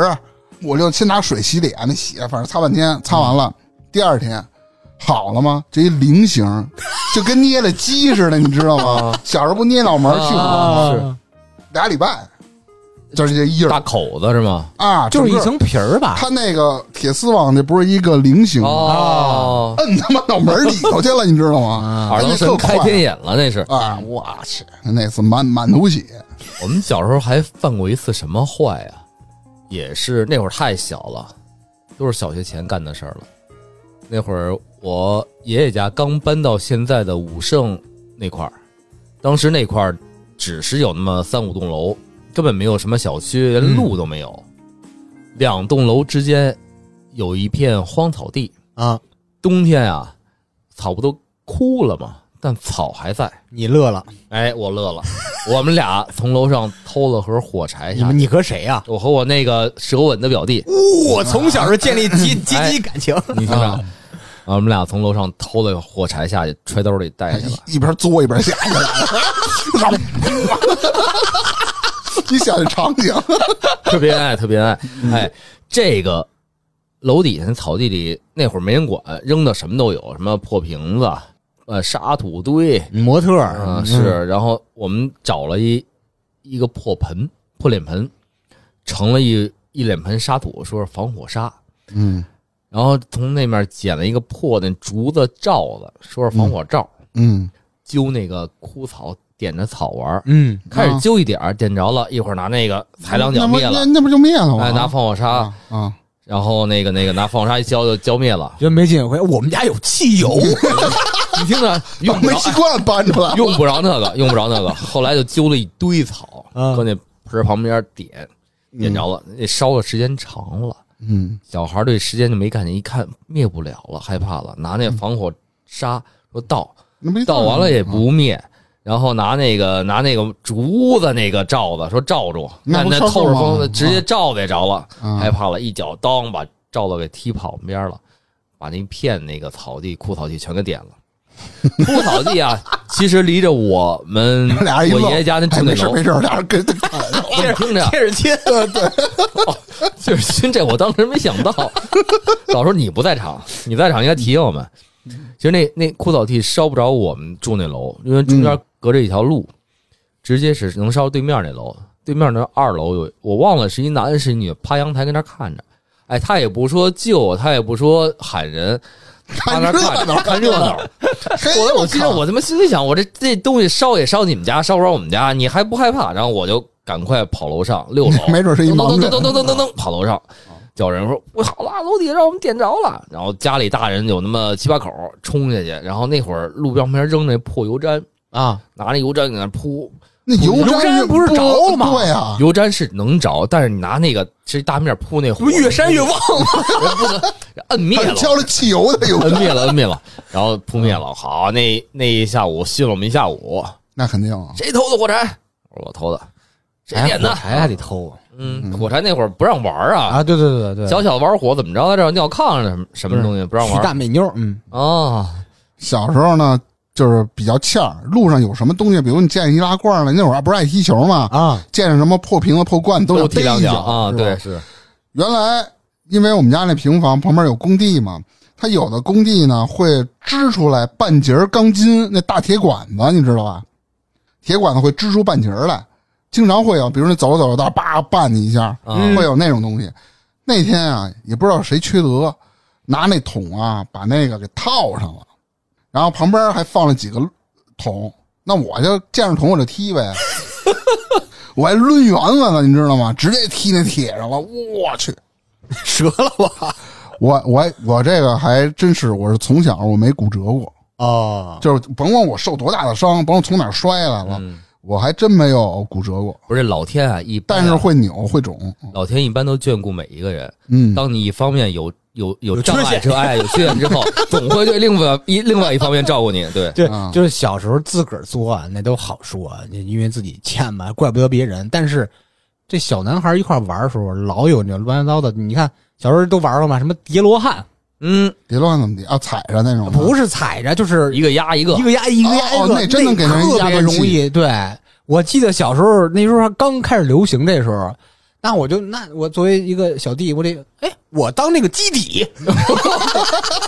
Speaker 1: 我就先拿水洗脸，那血反正擦半天，擦完了，第二天好了吗？这一菱形，就跟捏了鸡似的，你知道吗？小时候不捏脑门儿去骨吗？
Speaker 3: 啊是
Speaker 1: 俩礼拜，就是这印儿
Speaker 2: 大口子是吗？
Speaker 1: 啊，
Speaker 3: 就是一
Speaker 1: 整个。
Speaker 3: 层皮儿吧，
Speaker 1: 他那个铁丝网那不是一个菱形吗，
Speaker 2: 哦，
Speaker 1: 摁他妈脑门儿里头去了，你知道吗？
Speaker 2: 啊耳
Speaker 1: 那
Speaker 2: 棱
Speaker 1: 特
Speaker 2: 神开
Speaker 1: 快
Speaker 2: 天眼了，那是。
Speaker 1: 啊！我去，那次满满头血，
Speaker 2: 我们小时候还犯过一次什么坏呀、也是那会儿太小了，都是小学前干的事儿了。那会儿我爷爷家刚搬到现在的武胜那块儿，当时那块儿只是有那么三五栋楼，根本没有什么小区，连路都没有。两栋楼之间有一片荒草地，
Speaker 3: 啊，
Speaker 2: 冬天啊，草不都枯了吗？但草还在。
Speaker 3: 你乐了，
Speaker 2: 哎，我乐了，我们俩从楼上偷了盒火柴
Speaker 3: 你
Speaker 2: 下
Speaker 3: 们
Speaker 2: 去。
Speaker 3: 你和谁哎啊呀？
Speaker 2: 我和我那个舌吻的表弟，
Speaker 3: 我从小就建立阶阶级感情，
Speaker 2: 你听着，啊，我们俩从楼上偷了火柴下去，揣兜里带去了。
Speaker 1: 一一边嘬一边下去了。 [LAUGHS] 你想这场景，
Speaker 2: 特别爱，特别爱。哎，这个楼底下那草地里，那会儿没人管，扔的什么都有，什么破瓶子、呃沙土堆，
Speaker 3: 模特儿
Speaker 2: 啊、是。然后我们找了一一个破盆，破脸盆，盛了一一脸盆沙土，说是防火沙。
Speaker 1: 嗯
Speaker 2: 然后从那面捡了一个破的竹子罩子，说是防火罩，
Speaker 1: 嗯，
Speaker 2: 揪那个枯草，点着草玩儿。
Speaker 3: 嗯，
Speaker 2: 开始揪一点儿，点着了，一会儿拿那个踩两脚
Speaker 1: 嗯那不
Speaker 2: 灭
Speaker 1: 那
Speaker 2: 了，
Speaker 1: 那不就灭了吗？
Speaker 2: 哎，拿防火沙，
Speaker 1: 啊啊！
Speaker 2: 然后那个那个拿防火沙一浇就浇灭了。
Speaker 3: 觉得没劲，回我们家有汽 [LAUGHS] 油，
Speaker 2: 你听着，
Speaker 1: 把
Speaker 2: 用
Speaker 1: [LAUGHS]
Speaker 2: 不
Speaker 1: 煤
Speaker 2: 着
Speaker 1: 气罐搬出来，
Speaker 2: 用不着那个，用不着那个。后来就揪了一
Speaker 1: [LAUGHS]
Speaker 2: 堆草，
Speaker 1: 啊
Speaker 3: 嗯
Speaker 2: 搁那盆儿旁边点，点着了，那烧的时间长了，
Speaker 1: 嗯，
Speaker 2: 小孩对时间就没概念，一看灭不了了，害怕了，拿那防火沙说倒，
Speaker 1: 那不一
Speaker 2: 倒完了也不灭，然后拿那个拿那个竹子那个罩子说罩住，
Speaker 1: 那
Speaker 2: 那
Speaker 1: 不
Speaker 2: 那
Speaker 1: 烧
Speaker 2: 透着
Speaker 1: 着吗
Speaker 2: 风的
Speaker 1: 啊
Speaker 2: 直接罩给着了，
Speaker 1: 啊
Speaker 2: 害怕了，一脚当把罩子给踢跑旁边了，把那片那个草地枯草地全给点了。枯草地啊，其实离着我们
Speaker 1: 他 [LAUGHS] 俩人一
Speaker 2: 我
Speaker 1: 愣，
Speaker 2: 爷爷家那
Speaker 1: 哎
Speaker 2: 住那
Speaker 1: 没事
Speaker 2: 楼
Speaker 1: 没，事，俩人跟
Speaker 2: 你听着，
Speaker 3: 贴着亲，
Speaker 2: 哦就是亲，这我当时没想到。老说你不在场，你在场应该提醒我们。其实那那枯草地烧不着我们住那楼，因为中间隔着一条路，直接是能烧对面那楼。对面那二楼有我忘了是一男是一女，趴阳台跟那儿看着。哎，他也不说救，他也不说喊人，趴那
Speaker 1: 看，
Speaker 2: 儿啊看着看热闹。后来我记得哎我他妈心里想，我这这东西烧也烧你们家，烧不着我们家，你还不害怕？然后我就赶快跑楼上六楼
Speaker 1: 没准是一盲
Speaker 2: 噔噔
Speaker 1: 人
Speaker 2: 噔噔噔噔噔噔，跑楼上叫人说：“我好了，楼底下让我们点着了。”然后家里大人有那么七八口冲下去，然后那会儿路边旁边扔那破油毡，
Speaker 3: 啊，
Speaker 2: 拿那油毡给那扑，
Speaker 1: 那油
Speaker 3: 油毡不是着了吗
Speaker 1: 对啊，
Speaker 2: 油毡是能着，但是你拿那个是一大面铺那火，
Speaker 3: 不越扇越旺
Speaker 2: 不能 [LAUGHS] 摁灭
Speaker 1: 他
Speaker 2: 了
Speaker 1: 是。浇了汽油
Speaker 2: [LAUGHS]
Speaker 1: 的油
Speaker 2: 摁
Speaker 1: 毡，
Speaker 2: 灭了，摁灭了，然后扑灭了。好，那那一下午训了我们一下午，
Speaker 1: 那肯定啊，
Speaker 2: 谁偷的火柴？哎我说我偷的，谁点的？
Speaker 3: 还还得偷
Speaker 2: 嗯，火柴那会儿不让玩儿啊，
Speaker 3: 啊？对对对对，
Speaker 2: 小小玩火怎么着？在这儿尿炕上什么什么东西不让玩
Speaker 3: 许
Speaker 2: 儿？
Speaker 3: 大美妞，嗯，
Speaker 2: 哦，
Speaker 1: 小时候呢，就是比较欠儿，路上有什么东西，比如你见一拉罐儿了，那会儿不是爱踢球嘛，
Speaker 2: [LAUGHS]
Speaker 3: 啊，
Speaker 1: 见着什么破瓶子、破罐子都
Speaker 2: 都
Speaker 1: 想
Speaker 2: 踢
Speaker 1: 逮
Speaker 2: 两
Speaker 1: 一
Speaker 2: 脚
Speaker 1: 脚
Speaker 2: 啊，
Speaker 1: 是吧
Speaker 2: 对，是
Speaker 1: 原来因为我们家那平房旁边有工地嘛，它有的工地呢会支出来半截儿钢筋那大铁管子，你知道吧？铁管子会支出半截儿来，经常会有，比如你走着走着道，叭绊你一下，
Speaker 2: 嗯
Speaker 1: 会有那种东西。那天啊，也不知道谁缺德，拿那桶啊把那个给套上了，然后旁边还放了几个桶，那我就见着桶我就踢呗。我还抡圆子了，你知道吗？直接踢那铁上了，我去！
Speaker 3: 折了吧？
Speaker 1: 我我我这个还真是，我是从小我没骨折过，
Speaker 3: 哦，
Speaker 1: 就是甭管我受多大的伤，甭管从哪儿摔来了，
Speaker 2: 嗯
Speaker 1: 我还真没有骨折过，
Speaker 2: 不是老天啊，一般
Speaker 1: 但
Speaker 2: 啊
Speaker 1: 是会扭会肿。
Speaker 2: 老天一般都眷顾每一个人。
Speaker 1: 嗯，
Speaker 2: 当你一方面有有有
Speaker 3: 有
Speaker 2: 障
Speaker 3: 缺
Speaker 2: 碍
Speaker 3: 陷
Speaker 2: 之后，哎，有缺陷之后，总会对另外 [LAUGHS] 一另外一方面照顾你。对，
Speaker 3: 对
Speaker 1: 啊，
Speaker 3: 就是小时候自个儿作啊案那都好说，因为自己欠嘛，怪不得别人。但是这小男孩一块玩的时候，老有那乱七八糟的。你看小时候都玩过嘛，什么叠罗汉，
Speaker 2: 嗯，
Speaker 1: 别乱怎么地啊，踩着那种的
Speaker 3: 不是踩着，就是
Speaker 2: 一个压一个
Speaker 3: 一，个压一个压
Speaker 1: 哦
Speaker 3: 一个，
Speaker 1: 那真能给人
Speaker 3: 特
Speaker 1: 压
Speaker 3: 别
Speaker 1: 断
Speaker 3: 容
Speaker 1: 气
Speaker 3: 易。对，我记得小时候那时候还刚开始流行这时候。那我就那我作为一个小弟，我得哎，我当那个基底，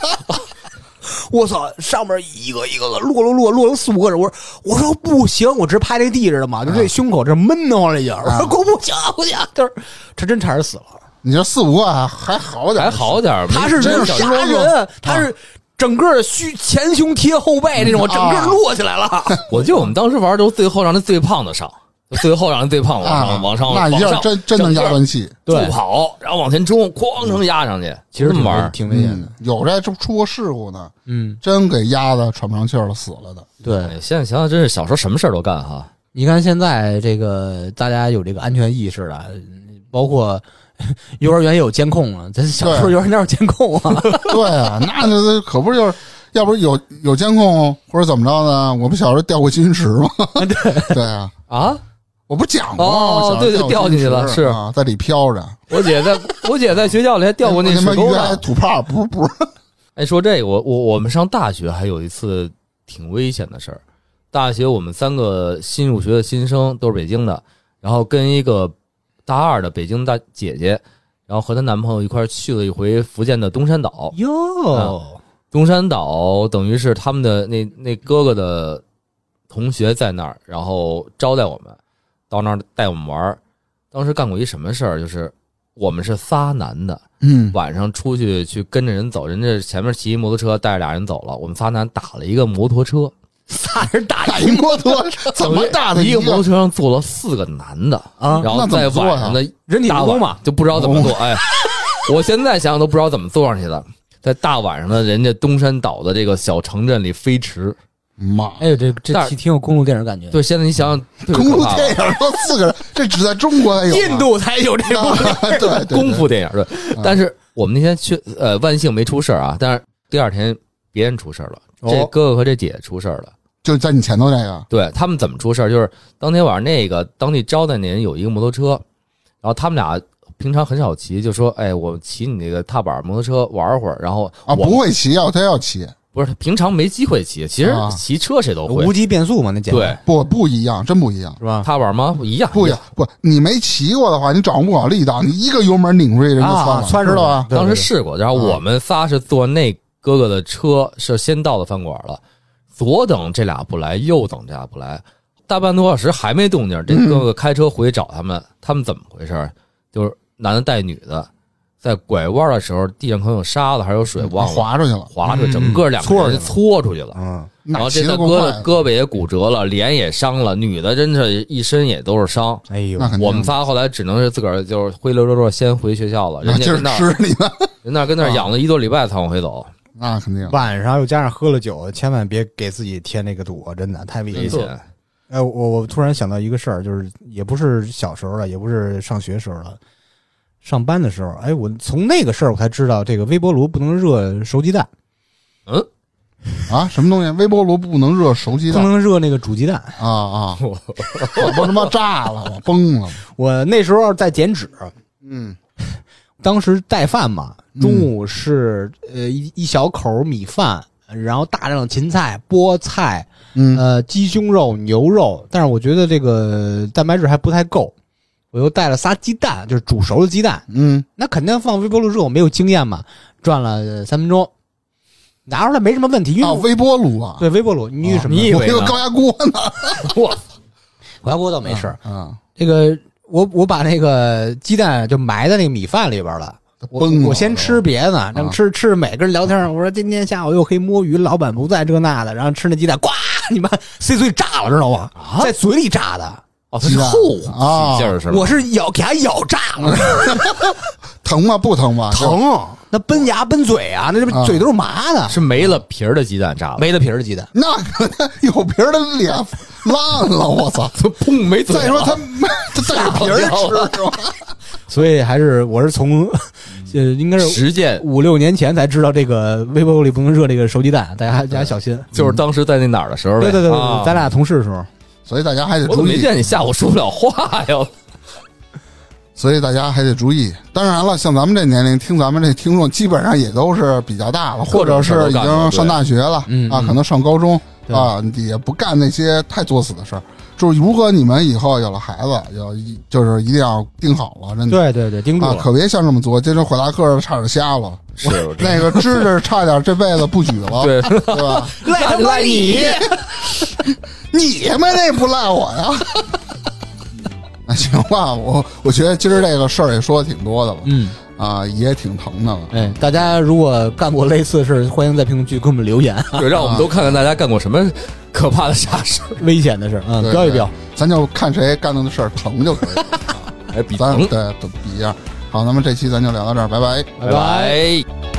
Speaker 3: [LAUGHS] 我操，上面一个一个个落落落落了四五个人，我说我说不行，我直拍这地着的嘛，就
Speaker 1: 啊
Speaker 3: 这胸口这闷得慌了已经，我说我不行不行，就是这真差点死了。
Speaker 1: 你这四五个还还好点儿，
Speaker 2: 还好点儿。
Speaker 3: 他是
Speaker 2: 没
Speaker 1: 真
Speaker 3: 那种
Speaker 1: 是
Speaker 3: 杀
Speaker 1: 十多
Speaker 3: 人，他是整个虚前胸贴后背那种，整个
Speaker 1: 啊
Speaker 3: 落起来了。
Speaker 2: 我记得我们当时玩都最后让那最胖的上，最后让那最胖往
Speaker 1: 啊，
Speaker 2: 上往上
Speaker 1: 那
Speaker 2: 往
Speaker 1: 一下
Speaker 2: 上，
Speaker 1: 真真能压断气。
Speaker 2: 不跑，然后往前冲，哐当压上去。
Speaker 3: 其实
Speaker 2: 这
Speaker 3: 挺
Speaker 2: 么
Speaker 3: 危
Speaker 2: 玩儿，
Speaker 3: 挺危险
Speaker 1: 嗯
Speaker 3: 的。，
Speaker 1: 有这出出过事故呢，
Speaker 3: 嗯，
Speaker 1: 真给压的喘不上气儿了，死了的。 [LAUGHS]
Speaker 3: 对，
Speaker 2: 哎现在想想真是小时候什么事儿都干哈。
Speaker 3: 你看现在这个大家有这个安全意识了，嗯包括 [LAUGHS] 幼儿园也有监控了。咱小时候
Speaker 1: 对
Speaker 3: 幼儿园哪有监控啊？ [LAUGHS]
Speaker 1: 对啊，那那可不是就是，要不是有有监控或者怎么着呢？我不小时候掉过金池吗？ [LAUGHS] 对对啊，
Speaker 2: 啊！
Speaker 1: 我不讲过吗？
Speaker 2: 哦
Speaker 1: 我小时候
Speaker 2: 对对掉进去
Speaker 1: 金
Speaker 2: 了
Speaker 1: 池
Speaker 2: 是
Speaker 1: 啊，在里飘着，
Speaker 2: [LAUGHS]
Speaker 1: 哎
Speaker 2: 我姐在，我姐在学校里还掉过那
Speaker 1: 他妈
Speaker 2: 水沟
Speaker 1: 鱼
Speaker 2: 呢
Speaker 1: 还。吐泡，不是不是，
Speaker 2: 哎，说这个，我我我们上大学还有一次挺危险的事儿。大学我们三个新入学的新生都是北京的，然后跟一个大二的北京大姐姐，然后和她男朋友一块儿去了一回福建的东山岛。
Speaker 1: 哦
Speaker 2: 啊
Speaker 3: 哟，
Speaker 2: 东山岛等于是他们的那那哥哥的同学在那儿，然后招待我们，到那儿带我们玩儿。当时干过一什么事儿，就是我们是仨男的，
Speaker 1: 嗯，
Speaker 2: 晚上出去去跟着人走，人家前面骑一摩托车带着俩人走了，我们仨男打了一个摩托车，
Speaker 3: 仨人打
Speaker 1: 打一
Speaker 2: [LAUGHS]
Speaker 1: 摩托 [LAUGHS] 怎么打的
Speaker 2: 一个
Speaker 1: 个
Speaker 2: [LAUGHS] 摩托车上坐了四个男的，
Speaker 3: 啊，
Speaker 2: 然后
Speaker 1: 那怎
Speaker 2: 在
Speaker 1: 么坐呀
Speaker 2: 晚上的
Speaker 3: 人体
Speaker 2: 大
Speaker 3: 蜈蚣
Speaker 2: 晚
Speaker 3: 嘛，
Speaker 2: 就不知道怎么做。哎，我现在想想都不知道怎么坐上去的，在大晚上的人家东山岛的这个小城镇里飞驰。
Speaker 1: 妈，
Speaker 3: 哎呦，这
Speaker 2: 但
Speaker 3: 这
Speaker 2: 是
Speaker 3: 挺挺有公路电影感觉。
Speaker 2: 对，现在你想想，
Speaker 1: 公路
Speaker 2: 特别可怕
Speaker 1: 电影都四
Speaker 2: [LAUGHS]
Speaker 1: 个人，这只在中国才有啊，
Speaker 3: 印度才有这个，
Speaker 1: [LAUGHS] 对对对
Speaker 2: 功夫电影对。但是我们那天去，呃，万幸没出事儿啊，但是第二天别人出事儿了，
Speaker 3: 哦
Speaker 2: 这哥哥和这姐姐出事儿了，
Speaker 1: 就是在你前头那个，啊
Speaker 2: 对他们怎么出事儿？就是当天晚上那个当地招待那人有一个摩托车，然后他们俩平常很少骑，就说：“哎，我骑你那个踏板摩托车玩会儿。”然后
Speaker 1: 啊，
Speaker 2: 我
Speaker 1: 不会骑啊，他要骑，
Speaker 2: 不是平常没机会骑，其实
Speaker 1: 啊
Speaker 2: 骑车谁都会
Speaker 3: 无。级变速嘛，那简
Speaker 2: 对
Speaker 3: 单，
Speaker 1: 不不一样，真不一样。
Speaker 3: 是吧？
Speaker 2: 踏板吗？一样，
Speaker 1: 不一样，不，你没骑过的话，你掌握不好力道，你一个油门拧出去，人就窜了，
Speaker 3: 啊窜
Speaker 1: 知
Speaker 3: 出
Speaker 1: 道
Speaker 3: 来
Speaker 1: 吧？
Speaker 3: 对
Speaker 2: 当时
Speaker 3: 对对
Speaker 2: 试过，
Speaker 1: 嗯
Speaker 2: 然后我们仨是坐那哥哥的车，是先到的饭馆了，左等这俩不来，右等这俩不来，大半多小时还没动静。这哥哥开车回去找他们，他们怎么回事？就是男的带女的，在拐弯的时候，地上可能有沙子还是有水，忘了
Speaker 1: 滑出去了，
Speaker 2: 滑出去，整个两个人搓出去了。
Speaker 3: 嗯，
Speaker 2: 然
Speaker 1: 那
Speaker 2: 后这
Speaker 1: 骑
Speaker 2: 大
Speaker 1: 得够
Speaker 2: 哥
Speaker 1: 快
Speaker 2: 的
Speaker 1: 的，
Speaker 2: 胳膊也骨折了，脸也伤了，女的真是一身也都是伤。
Speaker 3: 哎呦
Speaker 1: 那，肯定
Speaker 2: 我们仨后来只能是自个儿就是灰溜溜的先回学校了，
Speaker 1: 那
Speaker 2: 人家
Speaker 1: 劲儿
Speaker 2: 跟那儿
Speaker 1: 啊吃你的，
Speaker 2: 人那儿跟那儿养了一个多礼拜才往回走，
Speaker 1: 那肯定。
Speaker 3: 晚上又加上喝了酒，千万别给自己添那个堵，啊真的太危
Speaker 2: 危
Speaker 3: 险。
Speaker 2: 险。
Speaker 3: 哎，我我突然想到一个事儿，就是也不是小时候了，也不是上学时候了，上班的时候，哎，我从那个事儿我才知道，这个微波炉不能热熟鸡蛋，
Speaker 2: 嗯，
Speaker 1: 啊，什么东西？微波炉不能热熟鸡
Speaker 3: 不
Speaker 1: 蛋
Speaker 3: 能热那个煮鸡蛋。
Speaker 1: 啊啊！我他妈炸了，我崩了。
Speaker 3: 我那时候在减脂，
Speaker 1: 嗯
Speaker 3: [LAUGHS] 当时带饭嘛，中午是、呃一一小口米饭，然后大量的芹菜、菠菜，
Speaker 1: 嗯，
Speaker 3: 呃，鸡胸肉、牛肉，但是我觉得这个蛋白质还不太够，我又带了仨鸡蛋，就是煮熟的鸡蛋，
Speaker 1: 嗯，
Speaker 3: 那肯定放微波炉热，我没有经验嘛，转了三分钟，拿出来没什么问题，因为
Speaker 1: 啊，
Speaker 3: 我、
Speaker 1: 微波炉啊，
Speaker 3: 对微波炉，你什么？啊
Speaker 2: 你以
Speaker 1: 我
Speaker 2: 为
Speaker 1: 这个
Speaker 2: 呢
Speaker 1: 高压锅呢？
Speaker 2: 我
Speaker 3: 高压锅倒没事儿，
Speaker 1: 啊，
Speaker 3: 这个我我把那个鸡蛋就埋在那个米饭里边了。我
Speaker 1: 崩了。啊
Speaker 3: 我先吃别的，正吃吃着每个人聊天儿，我说今天下午又可以摸鱼，老板不在这那的，然后吃那鸡蛋，呱，你妈塞嘴炸了，知道吗？在嘴里炸的，
Speaker 2: 哦，他
Speaker 1: 啊鸡
Speaker 2: 是
Speaker 1: 蛋
Speaker 2: 后劲
Speaker 1: 啊
Speaker 2: 儿是吧？
Speaker 3: 我是咬给它咬炸了，
Speaker 1: 疼吗？不 [LAUGHS] 疼吧？就，
Speaker 3: 疼，那崩牙崩嘴啊，那这
Speaker 1: 啊
Speaker 3: 不嘴都是麻的，
Speaker 2: 是没了皮儿的鸡蛋炸的，
Speaker 3: 没了皮儿的鸡蛋。
Speaker 1: 那可能有皮儿的脸烂了，我操！
Speaker 2: [LAUGHS] 砰 [LAUGHS] 没嘴了。
Speaker 1: 再说他 [LAUGHS] 没他带着皮儿吃是吧？
Speaker 3: 所以还是我是从，
Speaker 1: 嗯
Speaker 3: 呃，应该是
Speaker 2: 实践
Speaker 3: 五六年前才知道这个微波炉里不能热这个熟鸡蛋，大家大家小心。
Speaker 2: 就是当时在那哪儿的时候呗，
Speaker 3: 对对对对
Speaker 2: 啊
Speaker 3: 对，咱俩同事的时候，
Speaker 1: 所以大家还得
Speaker 2: 我怎
Speaker 1: 注
Speaker 2: 么没
Speaker 1: 意，
Speaker 2: 见你下午说不了话呀？
Speaker 1: 所以大家还得注意。当然了，像咱们这年龄听咱们这听众，基本上也都是比较大了，或者是已经上大学了
Speaker 3: 嗯
Speaker 1: 啊，
Speaker 3: 嗯
Speaker 1: 可能上高中
Speaker 3: 对
Speaker 1: 啊，也不干那些太作死的事儿。就是如果你们以后有了孩子，要一就是一定要定好了，真的
Speaker 3: 对对对，盯住
Speaker 1: 啊，
Speaker 3: 了。
Speaker 1: 可别像这么作。今天回答课差点瞎了，
Speaker 2: 是
Speaker 1: 那个知识差点这辈子不举了，
Speaker 2: [LAUGHS] 对
Speaker 1: 对吧？
Speaker 2: 赖他妈你！
Speaker 1: 你们那不赖我呀。
Speaker 3: [LAUGHS]
Speaker 1: 那行吧，我我觉得今儿这个事儿也说的挺多的了，
Speaker 3: 嗯，
Speaker 1: 啊，也挺疼的了。
Speaker 3: 哎，大家如果干过类似的事，欢迎在评论区给我们留言， [LAUGHS]
Speaker 2: 对，让我们都看看大家干过什么可怕的傻事儿，
Speaker 3: 危险的事，嗯，
Speaker 1: 对
Speaker 3: 标一标。，
Speaker 1: 对咱就看谁干的事儿疼就可
Speaker 3: [LAUGHS]
Speaker 1: 以了，
Speaker 2: 哎，比
Speaker 1: 咱
Speaker 2: 疼，
Speaker 1: 对比一下。好，那么这期咱就聊到这儿，拜拜。
Speaker 2: 拜拜。